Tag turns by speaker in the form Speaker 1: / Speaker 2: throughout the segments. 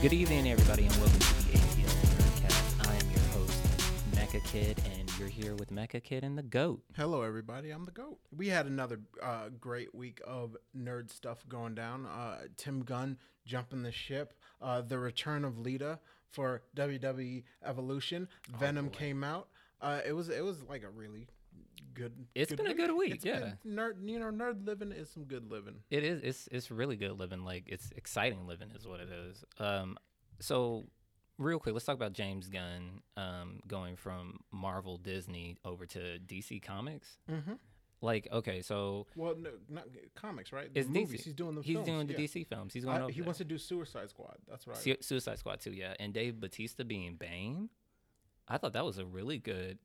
Speaker 1: Good evening, everybody, and welcome to the ATL Nerdcast. I am your host, Mecha Kid, and you're here with Mecha Kid and the Goat.
Speaker 2: Hello, everybody. I'm the GOAT. We had another uh, great week of nerd stuff going down. Uh, Tim Gunn jumping the ship, uh, the return of Lita for WWE Evolution.
Speaker 1: Oh,
Speaker 2: Venom came out. Uh, it was it was like a really good.
Speaker 1: It's
Speaker 2: It's
Speaker 1: been a good week, yeah.
Speaker 2: nerd, you know, nerd living is some good living.
Speaker 1: It is. It's it's really good living. Like it's exciting living is what it is. Um, so real quick, let's talk about James Gunn um, going from Marvel Disney over to DC Comics.
Speaker 2: Mm-hmm.
Speaker 1: Like okay, so
Speaker 2: Well, no, not comics, right?
Speaker 1: it's
Speaker 2: the movies.
Speaker 1: DC.
Speaker 2: He's doing the
Speaker 1: He's
Speaker 2: films,
Speaker 1: doing the
Speaker 2: yeah.
Speaker 1: DC films. He's
Speaker 2: I-
Speaker 1: going over
Speaker 2: he
Speaker 1: there.
Speaker 2: wants to do Suicide Squad. That's right.
Speaker 1: Su- Suicide Squad too, yeah. And Dave Batista being Bane. I thought that was a really good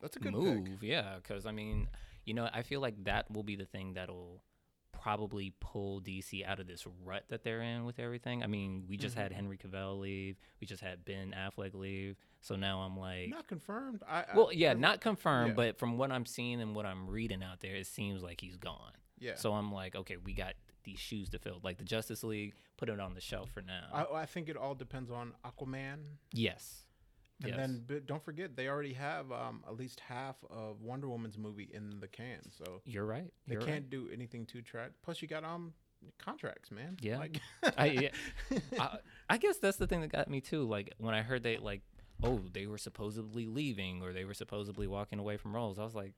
Speaker 2: That's a good
Speaker 1: move,
Speaker 2: pick.
Speaker 1: yeah. Because I mean, you know, I feel like that will be the thing that'll probably pull DC out of this rut that they're in with everything. I mean, we just
Speaker 2: Mhm.
Speaker 1: had Henry Cavill leave, we just had Ben Affleck leave, so now I'm like,
Speaker 2: Not confirmed. I, I
Speaker 1: well, yeah,
Speaker 2: I've-
Speaker 1: not confirmed,
Speaker 2: yeah.
Speaker 1: but from what I'm seeing and what I'm reading out there, it seems like he's gone.
Speaker 2: Yeah.
Speaker 1: So I'm like, okay, we got these shoes to fill. Like the Justice League, put it on the shelf for now.
Speaker 2: I, I think it all depends on Aquaman.
Speaker 1: yes.
Speaker 2: And
Speaker 1: yes.
Speaker 2: then but don't forget, they already have um, at least half of Wonder Woman's movie in the can. So
Speaker 1: You're right.
Speaker 2: they
Speaker 1: You're
Speaker 2: can't
Speaker 1: right.
Speaker 2: do anything too trad. Plus, you got um contracts, man.
Speaker 1: Yeah.
Speaker 2: Like,
Speaker 1: I, yeah. I, I guess that's the thing that got me too. Like when I heard they like, oh, they were supposedly leaving or they were supposedly walking away from roles. I was like,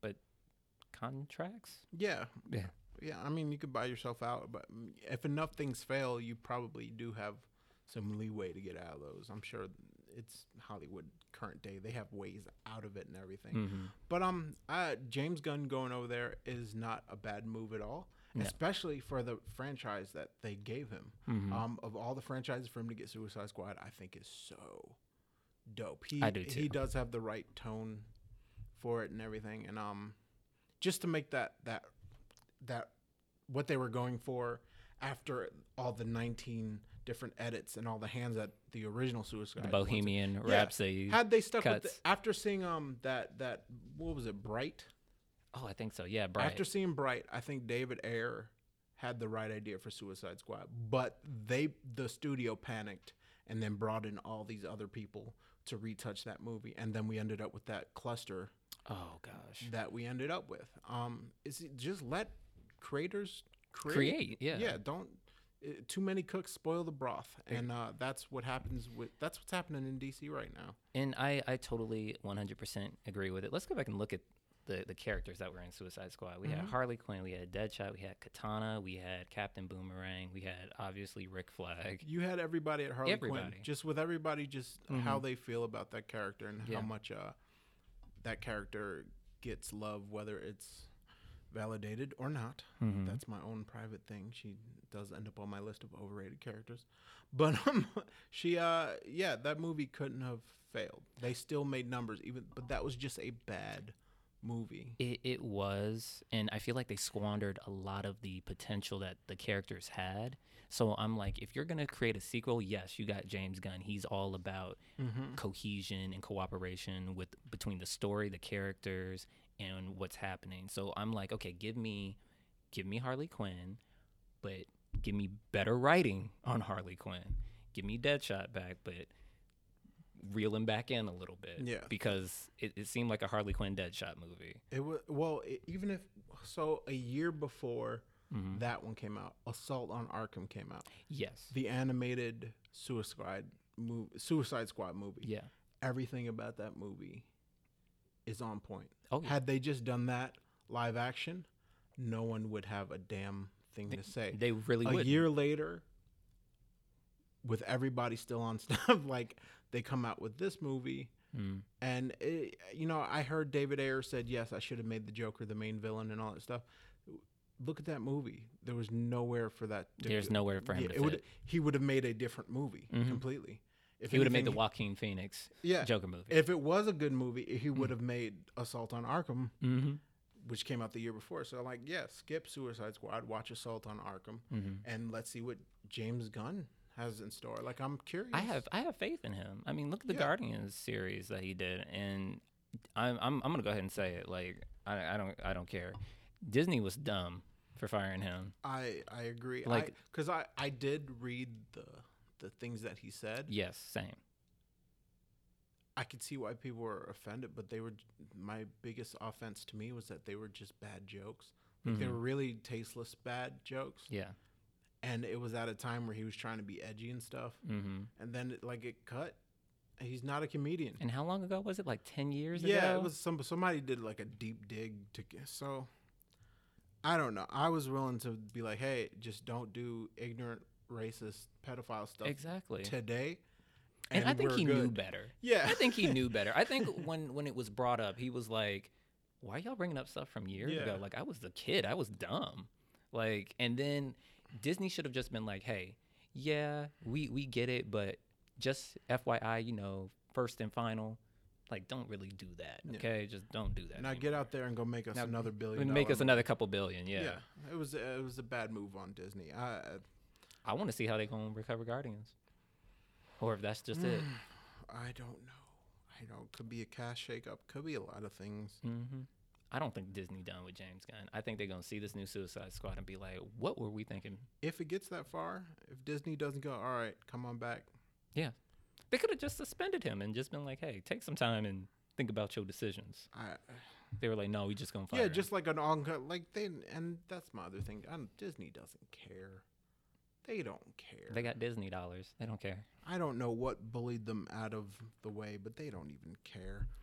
Speaker 1: but contracts?
Speaker 2: yeah.
Speaker 1: Yeah.
Speaker 2: Yeah. I mean, you could buy yourself out, but mm, if enough things fail, you probably do have some leeway to get out of those. I'm sure it's Hollywood current day. They have ways out of it and everything.
Speaker 1: Mm-hmm.
Speaker 2: But um, uh, James Gunn going over there is not a bad move at all,
Speaker 1: No.
Speaker 2: especially for the franchise that they gave him.
Speaker 1: Mhm.
Speaker 2: Um, of all the franchises for him to get Suicide Squad, I think is so dope. He
Speaker 1: I do too.
Speaker 2: he does have the right tone for it and everything, and um, just to make that that that what they were going for after all the 19 different edits and all the hands at the original Suicide
Speaker 1: The
Speaker 2: Squad took.
Speaker 1: Bohemian
Speaker 2: Yeah.
Speaker 1: Rhapsody.
Speaker 2: Had they stuck with
Speaker 1: cuts.
Speaker 2: the, after seeing um that that what was it Bright?
Speaker 1: oh, I think so. Yeah, Bright.
Speaker 2: After seeing Bright, I think David Ayer had the right idea for Suicide Squad, but they the studio panicked and then brought in all these other people to retouch that movie, and then we ended up with that cluster
Speaker 1: oh gosh.
Speaker 2: that we ended up with. Um, is it just let creators create?
Speaker 1: Create. Yeah.
Speaker 2: Yeah, don't. uh, Too many cooks spoil the broth, and uh, that's what happens with. That's what's happening in DC right now.
Speaker 1: And I, I totally 100% agree with it. Let's go back and look at the, the characters that were in Suicide Squad. We
Speaker 2: Mm-hmm.
Speaker 1: had Harley Quinn, we had Deadshot, we had Katana, we had Captain Boomerang, we had obviously Rick Flag.
Speaker 2: You had everybody at Harley Quinn,
Speaker 1: Everybody. Mm-hmm.
Speaker 2: just with everybody, just how they feel about that character and
Speaker 1: Yeah.
Speaker 2: how much uh, that character gets love, whether it's validated or not.
Speaker 1: Mm-hmm.
Speaker 2: That's my own private thing. She does end up on my list of overrated characters, but um, she, uh, yeah, that movie couldn't have failed. They still made numbers, even, but that was just a bad movie.
Speaker 1: It, it was, and I feel like they squandered a lot of the potential that the characters had. So I'm like, if you're gonna create a sequel, yes, you got James Gunn. He's all about
Speaker 2: Mm.
Speaker 1: cohesion and cooperation with between the story, the characters, and what's happening. So I'm like, okay, give me, give me Harley Quinn, but give me better writing on Harley Quinn. Give me Deadshot back, but reel him back in a little bit.
Speaker 2: Yeah.
Speaker 1: because it, it seemed like a Harley Quinn Deadshot movie.
Speaker 2: It was well, i even if so, a year before
Speaker 1: Mhm.
Speaker 2: that one came out, Assault on Arkham came out.
Speaker 1: Yes.
Speaker 2: the animated Suicide move, Suicide Squad movie.
Speaker 1: yeah.
Speaker 2: Everything about that movie is on point.
Speaker 1: Oh, yeah.
Speaker 2: Had they just done that live action, no one would have a damn thing to say.
Speaker 1: They really
Speaker 2: a
Speaker 1: would.
Speaker 2: year later, with everybody still on stuff, like they come out with this movie.
Speaker 1: Mm.
Speaker 2: And it, you know, I heard David Ayer said, "Yes, I should have made the Joker the main villain and all that stuff." Look at that movie. There was nowhere for that. to
Speaker 1: There's
Speaker 2: go.
Speaker 1: nowhere for him
Speaker 2: Yeah,
Speaker 1: to
Speaker 2: it would
Speaker 1: fit.
Speaker 2: he would have made a different movie
Speaker 1: Mhm.
Speaker 2: completely. If
Speaker 1: He would have made the
Speaker 2: anything,
Speaker 1: Joaquin Phoenix
Speaker 2: yeah.
Speaker 1: Joker Mm. movie.
Speaker 2: If it was a good movie, he would have made Assault on Arkham,
Speaker 1: mm-hmm.
Speaker 2: which came out the year before. So like, yeah, skip Suicide Squad, watch Assault on Arkham,
Speaker 1: Mhm.
Speaker 2: and let's see what James Gunn has in store. Like, I'm curious.
Speaker 1: I have I have faith in him. I mean, look at the
Speaker 2: Yeah.
Speaker 1: Guardians series that he did, and I'm I'm, I'm gonna go ahead and say it. Like I, I don't I don't care. Disney was dumb for firing him.
Speaker 2: I I agree.
Speaker 1: Like-
Speaker 2: Like, because I, I did read the the things that he said.
Speaker 1: Yes, same.
Speaker 2: I could see why people were offended, but they were my biggest offense to me was that they were just bad jokes. Like they
Speaker 1: Mhm.
Speaker 2: were really tasteless bad jokes,
Speaker 1: Yeah.
Speaker 2: and it was at a time where he was trying to be edgy and stuff,
Speaker 1: Mm-hmm.
Speaker 2: and then it, like it cut. He's not a comedian.
Speaker 1: And how long ago was it? Like ten years ago.
Speaker 2: yeah, it was some somebody did like a deep dig to g- so. I don't know. I was willing to be like, hey, just don't do ignorant, racist, pedophile stuff
Speaker 1: exactly.
Speaker 2: today.
Speaker 1: and, I think
Speaker 2: we're
Speaker 1: he knew
Speaker 2: good.
Speaker 1: better.
Speaker 2: Yeah,
Speaker 1: I think he knew better. I think when when it was brought up, he was like, "Why y'all bringing up stuff from years
Speaker 2: Yeah.
Speaker 1: ago? Like I was the kid. I was dumb." Like, and then Disney should have just been like, "Hey, yeah, we we get it, but just FYI, you know, first and final, like don't really do that.
Speaker 2: Yeah.
Speaker 1: Okay, just don't do that.
Speaker 2: Now
Speaker 1: anymore.
Speaker 2: get out there and go make us
Speaker 1: Now
Speaker 2: another billion.
Speaker 1: And make
Speaker 2: dollar
Speaker 1: us another couple billion.
Speaker 2: mo-
Speaker 1: Yeah,
Speaker 2: Yeah, it was it was a bad move on Disney. I,
Speaker 1: I want to see how they gonna recover Guardians, or if that's just it.
Speaker 2: I don't know. I know could be a cash shakeup. Could be a lot of things.
Speaker 1: hmm I don't think Disney done with James Gunn. I think they're gonna see this new Suicide Squad and be like, "What were we thinking?"
Speaker 2: If it gets that far, if Disney doesn't go, all right, come on back.
Speaker 1: They could have just suspended him and just been like, "Hey, take some time and think about your decisions."
Speaker 2: I
Speaker 1: They were like, "No, we just gonna fire."
Speaker 2: yeah,
Speaker 1: him."
Speaker 2: just like an ongoing like they and that's my other thing. Um Disney doesn't care. They don't care.
Speaker 1: they got Disney dollars. They don't care.
Speaker 2: I don't know what bullied them out of the way, but they don't even care.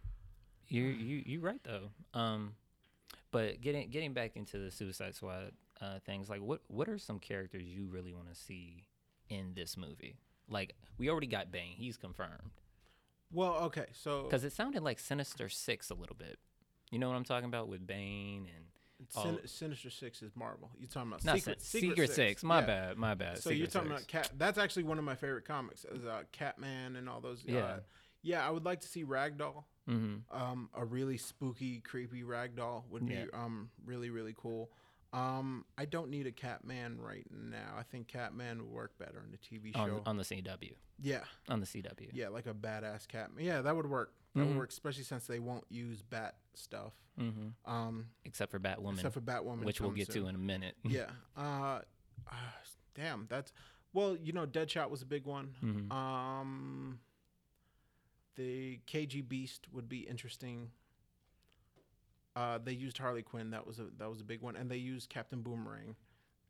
Speaker 1: You you you right though. Um, but getting getting back into the Suicide Squad uh, things, like what what are some characters you really want to see in this movie? Like we already got Bane. He's confirmed.
Speaker 2: Well, okay, so
Speaker 1: because it sounded like Sinister Six a little bit. You know what I'm talking about with Bane and
Speaker 2: Sin-
Speaker 1: oh.
Speaker 2: Sinister Six is Marvel. You talking about
Speaker 1: not
Speaker 2: Secret,
Speaker 1: Secret, Secret, Six. My
Speaker 2: yeah.
Speaker 1: bad, my bad.
Speaker 2: So
Speaker 1: Secret
Speaker 2: you're talking
Speaker 1: Six.
Speaker 2: about Cat? That's actually one of my favorite comics, is uh, Catman and all those. uh,
Speaker 1: Yeah.
Speaker 2: yeah. I would like to see Ragdoll.
Speaker 1: hmm
Speaker 2: Um, a really spooky, creepy Ragdoll would be
Speaker 1: Yeah.
Speaker 2: um really really cool. Um, I don't need a Catman right now. I think Catman would work better in a TV show.
Speaker 1: on on the CW,
Speaker 2: yeah,
Speaker 1: on the CW.
Speaker 2: yeah, like a badass Catman. Yeah, that would work. That
Speaker 1: Mhm.
Speaker 2: would work, especially since they won't use bat stuff.
Speaker 1: hmm
Speaker 2: Um,
Speaker 1: Except for Batwoman,
Speaker 2: except for Batwoman,
Speaker 1: which we'll
Speaker 2: comes
Speaker 1: get
Speaker 2: soon.
Speaker 1: to in a minute.
Speaker 2: yeah. Uh, uh, damn. That's well, you know, Deadshot was a big one.
Speaker 1: Mhm.
Speaker 2: Um, the KG Beast would be interesting. Uh, they used Harley Quinn. That was a that was a big one, and they used Captain Boomerang.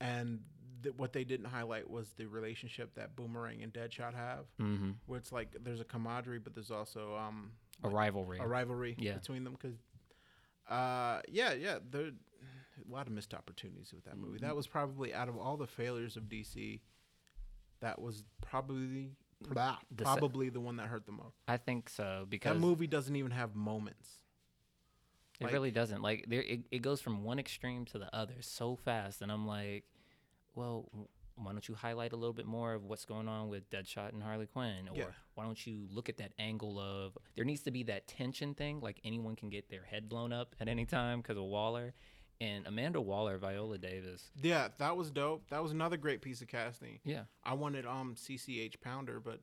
Speaker 2: And th- what they didn't highlight was the relationship that Boomerang and Deadshot have,
Speaker 1: hmm
Speaker 2: where it's like there's a camaraderie, but there's also um,
Speaker 1: A rivalry.
Speaker 2: a rivalry
Speaker 1: Yeah.
Speaker 2: between them. Because, uh, yeah, yeah, there a lot of missed opportunities with that
Speaker 1: Mm-hmm.
Speaker 2: movie. That was probably out of all the failures of DC, that was probably blah,
Speaker 1: The se-
Speaker 2: probably the one that hurt the most.
Speaker 1: I think so because
Speaker 2: That movie doesn't even have moments.
Speaker 1: it
Speaker 2: like-
Speaker 1: really doesn't. Like there, it, it goes from one extreme to the other so fast, and I'm like, well, w- why don't you highlight a little bit more of what's going on with Deadshot and Harley Quinn, or
Speaker 2: Yeah.
Speaker 1: why don't you look at that angle of there needs to be that tension thing, like anyone can get their head blown up at any time because of Waller and Amanda Waller, Viola Davis.
Speaker 2: Yeah, that was dope. That was another great piece of casting.
Speaker 1: Yeah,
Speaker 2: I wanted um CCH Pounder, but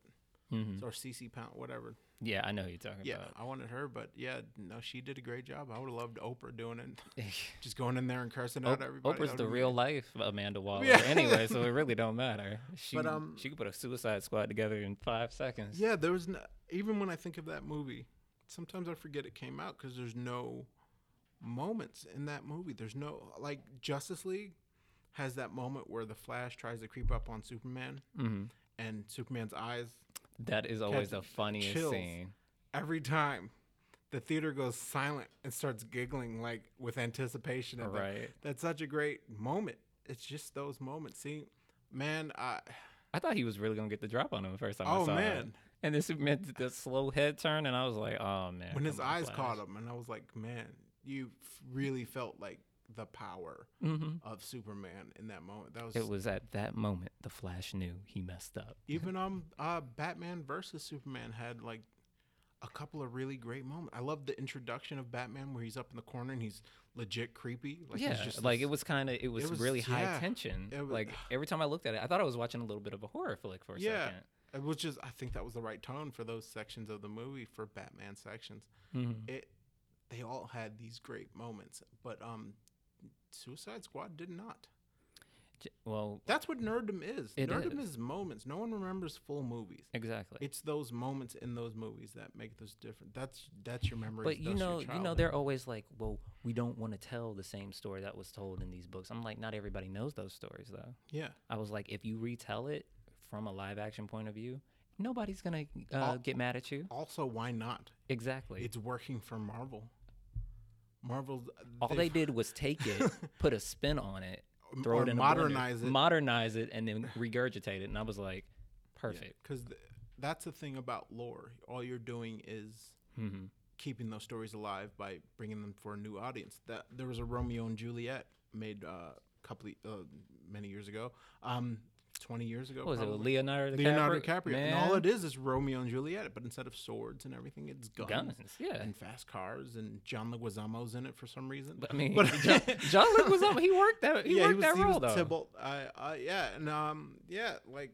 Speaker 1: hmm
Speaker 2: or CC Pound, whatever.
Speaker 1: yeah, I know who you're talking
Speaker 2: Yeah, I wanted her, but yeah, no, she did a great job. I would have loved Oprah doing it,
Speaker 1: about.
Speaker 2: just going in there and cursing
Speaker 1: Op-
Speaker 2: out everybody.
Speaker 1: Oprah's
Speaker 2: That
Speaker 1: the
Speaker 2: would've been
Speaker 1: real life Amanda Waller
Speaker 2: Yeah.
Speaker 1: anyway, so it really don't matter. She
Speaker 2: But, um,
Speaker 1: she could put a Suicide Squad together in five seconds.
Speaker 2: Yeah, there was no, even when I think of that movie, sometimes I forget it came out because there's no moments in that movie. There's no like Justice League has that moment where the Flash tries to creep up on Superman
Speaker 1: hmm
Speaker 2: and Superman's eyes
Speaker 1: That is always the
Speaker 2: Catch
Speaker 1: funniest
Speaker 2: chills.
Speaker 1: scene.
Speaker 2: every time the theater goes silent and starts giggling like with anticipation of that.
Speaker 1: Right.
Speaker 2: That's such a great moment. It's just those moments. See, man, I
Speaker 1: I thought he was really gonna get the drop on him the first time I
Speaker 2: oh
Speaker 1: saw
Speaker 2: man.
Speaker 1: it. And this meant that that slow head turn, and I was like, oh man.
Speaker 2: when his eyes caught him and I was like, man, you f- really felt like the power
Speaker 1: hmm
Speaker 2: of Superman in that moment. That was,
Speaker 1: It was at that moment the Flash knew he messed up.
Speaker 2: even um uh Batman versus Superman had like a couple of really great moments. I love the introduction of Batman where he's up in the corner and he's legit creepy. Like
Speaker 1: yeah,
Speaker 2: he's just
Speaker 1: like
Speaker 2: this-
Speaker 1: it was kind of it was
Speaker 2: was-
Speaker 1: really high
Speaker 2: yeah,
Speaker 1: tension.
Speaker 2: it was-
Speaker 1: like every time I looked at it, I thought I was watching a little bit of a horror flick for a
Speaker 2: Yeah.
Speaker 1: second.
Speaker 2: it was just I think that was the right tone for those sections of the movie for Batman sections.
Speaker 1: Mhm.
Speaker 2: It they all had these great moments, but um Suicide Squad did not.
Speaker 1: J- Well,
Speaker 2: That's what nerddom is.
Speaker 1: It
Speaker 2: nerddom
Speaker 1: is.
Speaker 2: is. moments. No one remembers full movies.
Speaker 1: exactly.
Speaker 2: It's those moments in those movies that make those different. That's that's your memory.
Speaker 1: but you know, you know, they're always like, "Well, we don't want to tell the same story that was told in these books." I'm like, not everybody knows those stories, though.
Speaker 2: yeah.
Speaker 1: I was like, if you retell it from a live action point of view, nobody's gonna uh,
Speaker 2: Al-
Speaker 1: get mad at you.
Speaker 2: Also, why not?
Speaker 1: Exactly.
Speaker 2: It's working for Marvel. Marvel.
Speaker 1: All they did was take it, put a spin on it, throw
Speaker 2: or
Speaker 1: it in
Speaker 2: modernize
Speaker 1: a blender,
Speaker 2: it.
Speaker 1: modernize it, and then regurgitate it. And I was like, perfect.
Speaker 2: Because th- that's the thing about lore. All you're doing is
Speaker 1: hmm
Speaker 2: keeping those stories alive by bringing them for a new audience. That there was a Romeo and Juliet made uh, a couple y- uh, many years ago, um, twenty years ago.
Speaker 1: What was it?
Speaker 2: probably.
Speaker 1: with Leonardo DiCaprio.
Speaker 2: Leonardo DiCaprio, and all
Speaker 1: Man,
Speaker 2: it is is Romeo and Juliet, but instead of swords and everything, it's guns,
Speaker 1: guns. Yeah.
Speaker 2: and fast cars, and John Leguizamo's in it for some reason.
Speaker 1: But, I mean,
Speaker 2: But-
Speaker 1: John, John Luke was up. He worked that. He
Speaker 2: yeah,
Speaker 1: worked
Speaker 2: he was,
Speaker 1: that
Speaker 2: he
Speaker 1: role
Speaker 2: was
Speaker 1: though.
Speaker 2: Tybalt. I, I, yeah, and um, yeah, like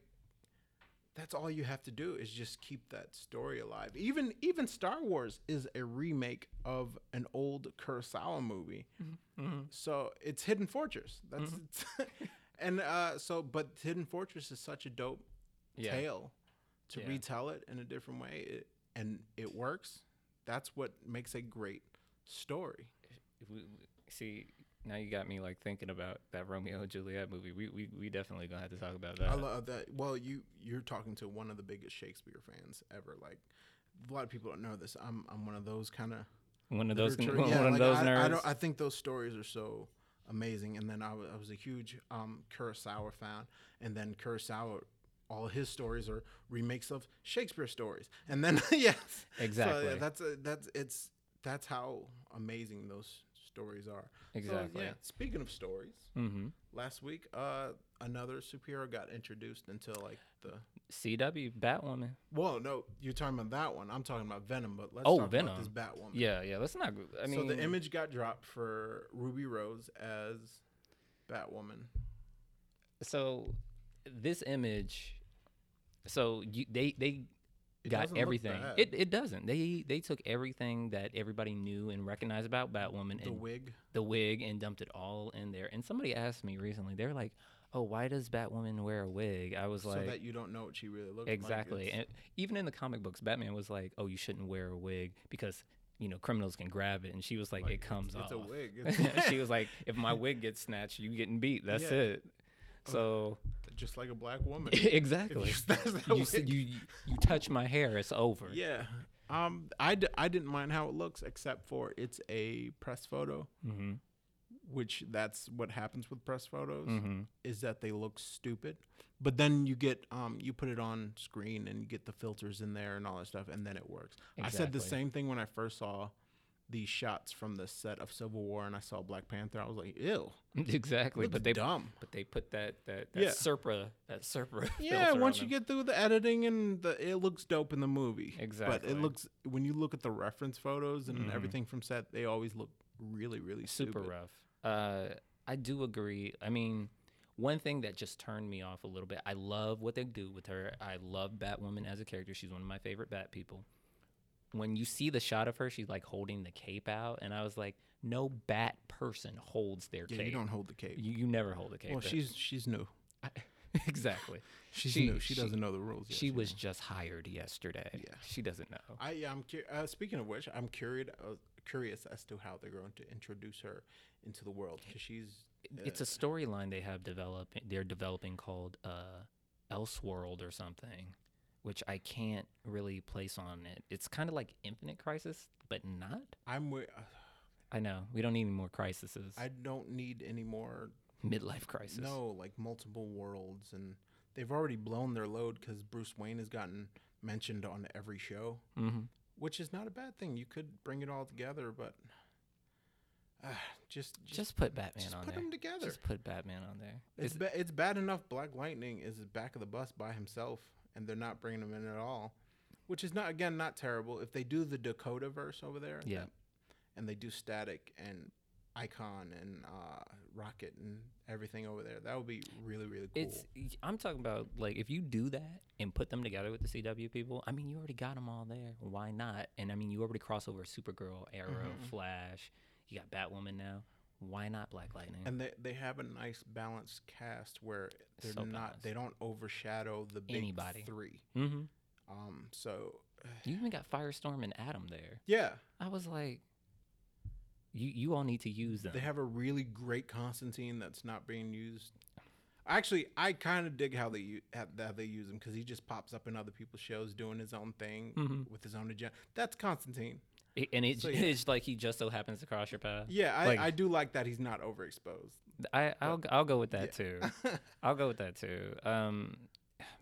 Speaker 2: that's all you have to do is just keep that story alive. Even even Star Wars is a remake of an old Kurosawa movie,
Speaker 1: Mhm.
Speaker 2: so it's Hidden Fortress. That's
Speaker 1: Mm-hmm.
Speaker 2: it's- and uh, so, but Hidden Fortress is such a dope
Speaker 1: Yeah.
Speaker 2: tale to
Speaker 1: Yeah.
Speaker 2: retell it in a different way, it, and it works. That's what makes a great story.
Speaker 1: We- we- See, now you got me like thinking about that Romeo and Juliet movie. We we, we definitely gonna have to talk about that.
Speaker 2: I love that. Well, you you're talking to one of the biggest Shakespeare fans ever. Like a lot of people don't know this. I'm I'm one of those kind of
Speaker 1: one of those
Speaker 2: yeah.
Speaker 1: one of
Speaker 2: like,
Speaker 1: those
Speaker 2: I,
Speaker 1: nerds.
Speaker 2: I, don't, I think those stories are so amazing. And then I wa- I was a huge um, Kurosawa fan, and then Kurosawa. All his stories are remakes of Shakespeare stories, and then yes, So, yeah,
Speaker 1: Exactly.
Speaker 2: that's a, that's it's that's how amazing those stories are. So,
Speaker 1: Exactly.
Speaker 2: yeah, speaking of stories,
Speaker 1: mm-hmm.
Speaker 2: last week uh another superhero got introduced into like the
Speaker 1: CW Batwoman.
Speaker 2: well no you're talking about that one i'm talking about venom but let's
Speaker 1: Oh,
Speaker 2: talk
Speaker 1: Venom.
Speaker 2: about this batwoman
Speaker 1: Yeah, yeah. Let's not. I mean,
Speaker 2: so the image got dropped for ruby rose as batwoman
Speaker 1: so this image. So you, they they
Speaker 2: It
Speaker 1: got
Speaker 2: doesn't look
Speaker 1: everything.
Speaker 2: bad.
Speaker 1: It it doesn't. They they took everything that everybody knew and recognized about Batwoman
Speaker 2: the
Speaker 1: and
Speaker 2: wig
Speaker 1: the wig and dumped it all in there. And somebody asked me recently. They're like, "Oh, why does Batwoman wear a wig?" I was
Speaker 2: so
Speaker 1: like,
Speaker 2: that you don't know what she really looks
Speaker 1: Exactly.
Speaker 2: like
Speaker 1: and even in the comic books, Batman was like, "Oh, you shouldn't wear a wig because you know criminals can grab it," and she was like, "It comes
Speaker 2: it's, it's a
Speaker 1: off."
Speaker 2: wig it's
Speaker 1: she was like, "If my wig gets snatched, you getting beat. That's
Speaker 2: Yeah.
Speaker 1: it." So
Speaker 2: just like a black woman if
Speaker 1: exactly,
Speaker 2: you snatch that
Speaker 1: you, s-
Speaker 2: wig.
Speaker 1: you you you touch my hair, it's over.
Speaker 2: yeah um I, d- I didn't mind how it looks except for it's a press photo
Speaker 1: Mm-hmm.
Speaker 2: which that's what happens with press photos
Speaker 1: Mm-hmm.
Speaker 2: is that they look stupid. But then you get um you put it on screen and you get the filters in there and all that stuff and then it works. I said the
Speaker 1: Exactly.
Speaker 2: same thing when I first saw these shots from the set of Civil War and I saw Black Panther. I was like, ew.
Speaker 1: Exactly.
Speaker 2: Looks
Speaker 1: But they
Speaker 2: dumb.
Speaker 1: but they put that that, that
Speaker 2: Yeah.
Speaker 1: Serpa that Serpa.
Speaker 2: Yeah, once you get through the editing and the it looks dope in the movie. But
Speaker 1: Exactly. Mm-hmm.
Speaker 2: it looks when you look at the reference photos and everything from set, they always look really, really
Speaker 1: super
Speaker 2: stupid.
Speaker 1: rough. Uh, I do agree. I mean, one thing that just turned me off a little bit. I love what they do with her. I love Batwoman as a character. She's one of my favorite Bat people. When you see the shot of her, she's like holding the cape out, and I was like, no Bat person holds their
Speaker 2: Yeah,
Speaker 1: cape.
Speaker 2: you don't hold the cape.
Speaker 1: You, you never hold a cape.
Speaker 2: Well,
Speaker 1: but-
Speaker 2: she's she's new.
Speaker 1: exactly.
Speaker 2: She's
Speaker 1: She-
Speaker 2: new. She,
Speaker 1: she-
Speaker 2: doesn't know the rules. yet.
Speaker 1: she was just hired yesterday.
Speaker 2: Yeah.
Speaker 1: She doesn't know.
Speaker 2: I yeah, I'm cu- uh, speaking of which, I'm curious uh, curious as to how they're going to introduce her into the world because she's
Speaker 1: it's a storyline they have developing they're developing called uh elseworld or something which i can't really place on it it's kind of like infinite crisis but not
Speaker 2: I'm wi- uh,
Speaker 1: i know we don't need any more crises
Speaker 2: I don't need any more
Speaker 1: midlife crisis
Speaker 2: no like multiple worlds and they've already blown their load because Bruce Wayne has gotten mentioned on every show,
Speaker 1: mm-hmm.
Speaker 2: which is not a bad thing. You could bring it all together, but uh, just just,
Speaker 1: just put batman
Speaker 2: just
Speaker 1: on
Speaker 2: put
Speaker 1: there
Speaker 2: them together.
Speaker 1: just put batman on there
Speaker 2: it's ba- it's bad enough Black Lightning is back of the bus by himself, and they're not bringing him in at all, which is not again not terrible. If they do the Dakota verse over there,
Speaker 1: Yeah.
Speaker 2: that- and they do Static and Icon and uh, Rocket and everything over there, that would be really really cool.
Speaker 1: it's i'm talking about like if you do that and put them together with the cw people i mean you already got them all there
Speaker 2: Mm-hmm.
Speaker 1: why not and i mean you already cross over supergirl arrow flash you got batwoman now Why not Black Lightning?
Speaker 2: And they, they have a nice balanced cast where they're
Speaker 1: So
Speaker 2: not they don't overshadow the big
Speaker 1: Anybody.
Speaker 2: three.
Speaker 1: mm-hmm.
Speaker 2: Um, so
Speaker 1: You even got Firestorm and Adam there.
Speaker 2: yeah,
Speaker 1: I was like, you you all need to use them.
Speaker 2: they have a really great Constantine that's not being used. Actually, I kind of dig how they u- how how they use him because he just pops up in other people's shows doing his own thing
Speaker 1: Mhm.
Speaker 2: with his own agenda. That's Constantine.
Speaker 1: It- and it,
Speaker 2: So, yeah.
Speaker 1: it's like he just so happens to cross your path.
Speaker 2: Yeah, I,
Speaker 1: Like-
Speaker 2: I do like that he's not overexposed.
Speaker 1: I I'll I'll go with that too. I'll go with that too. Um,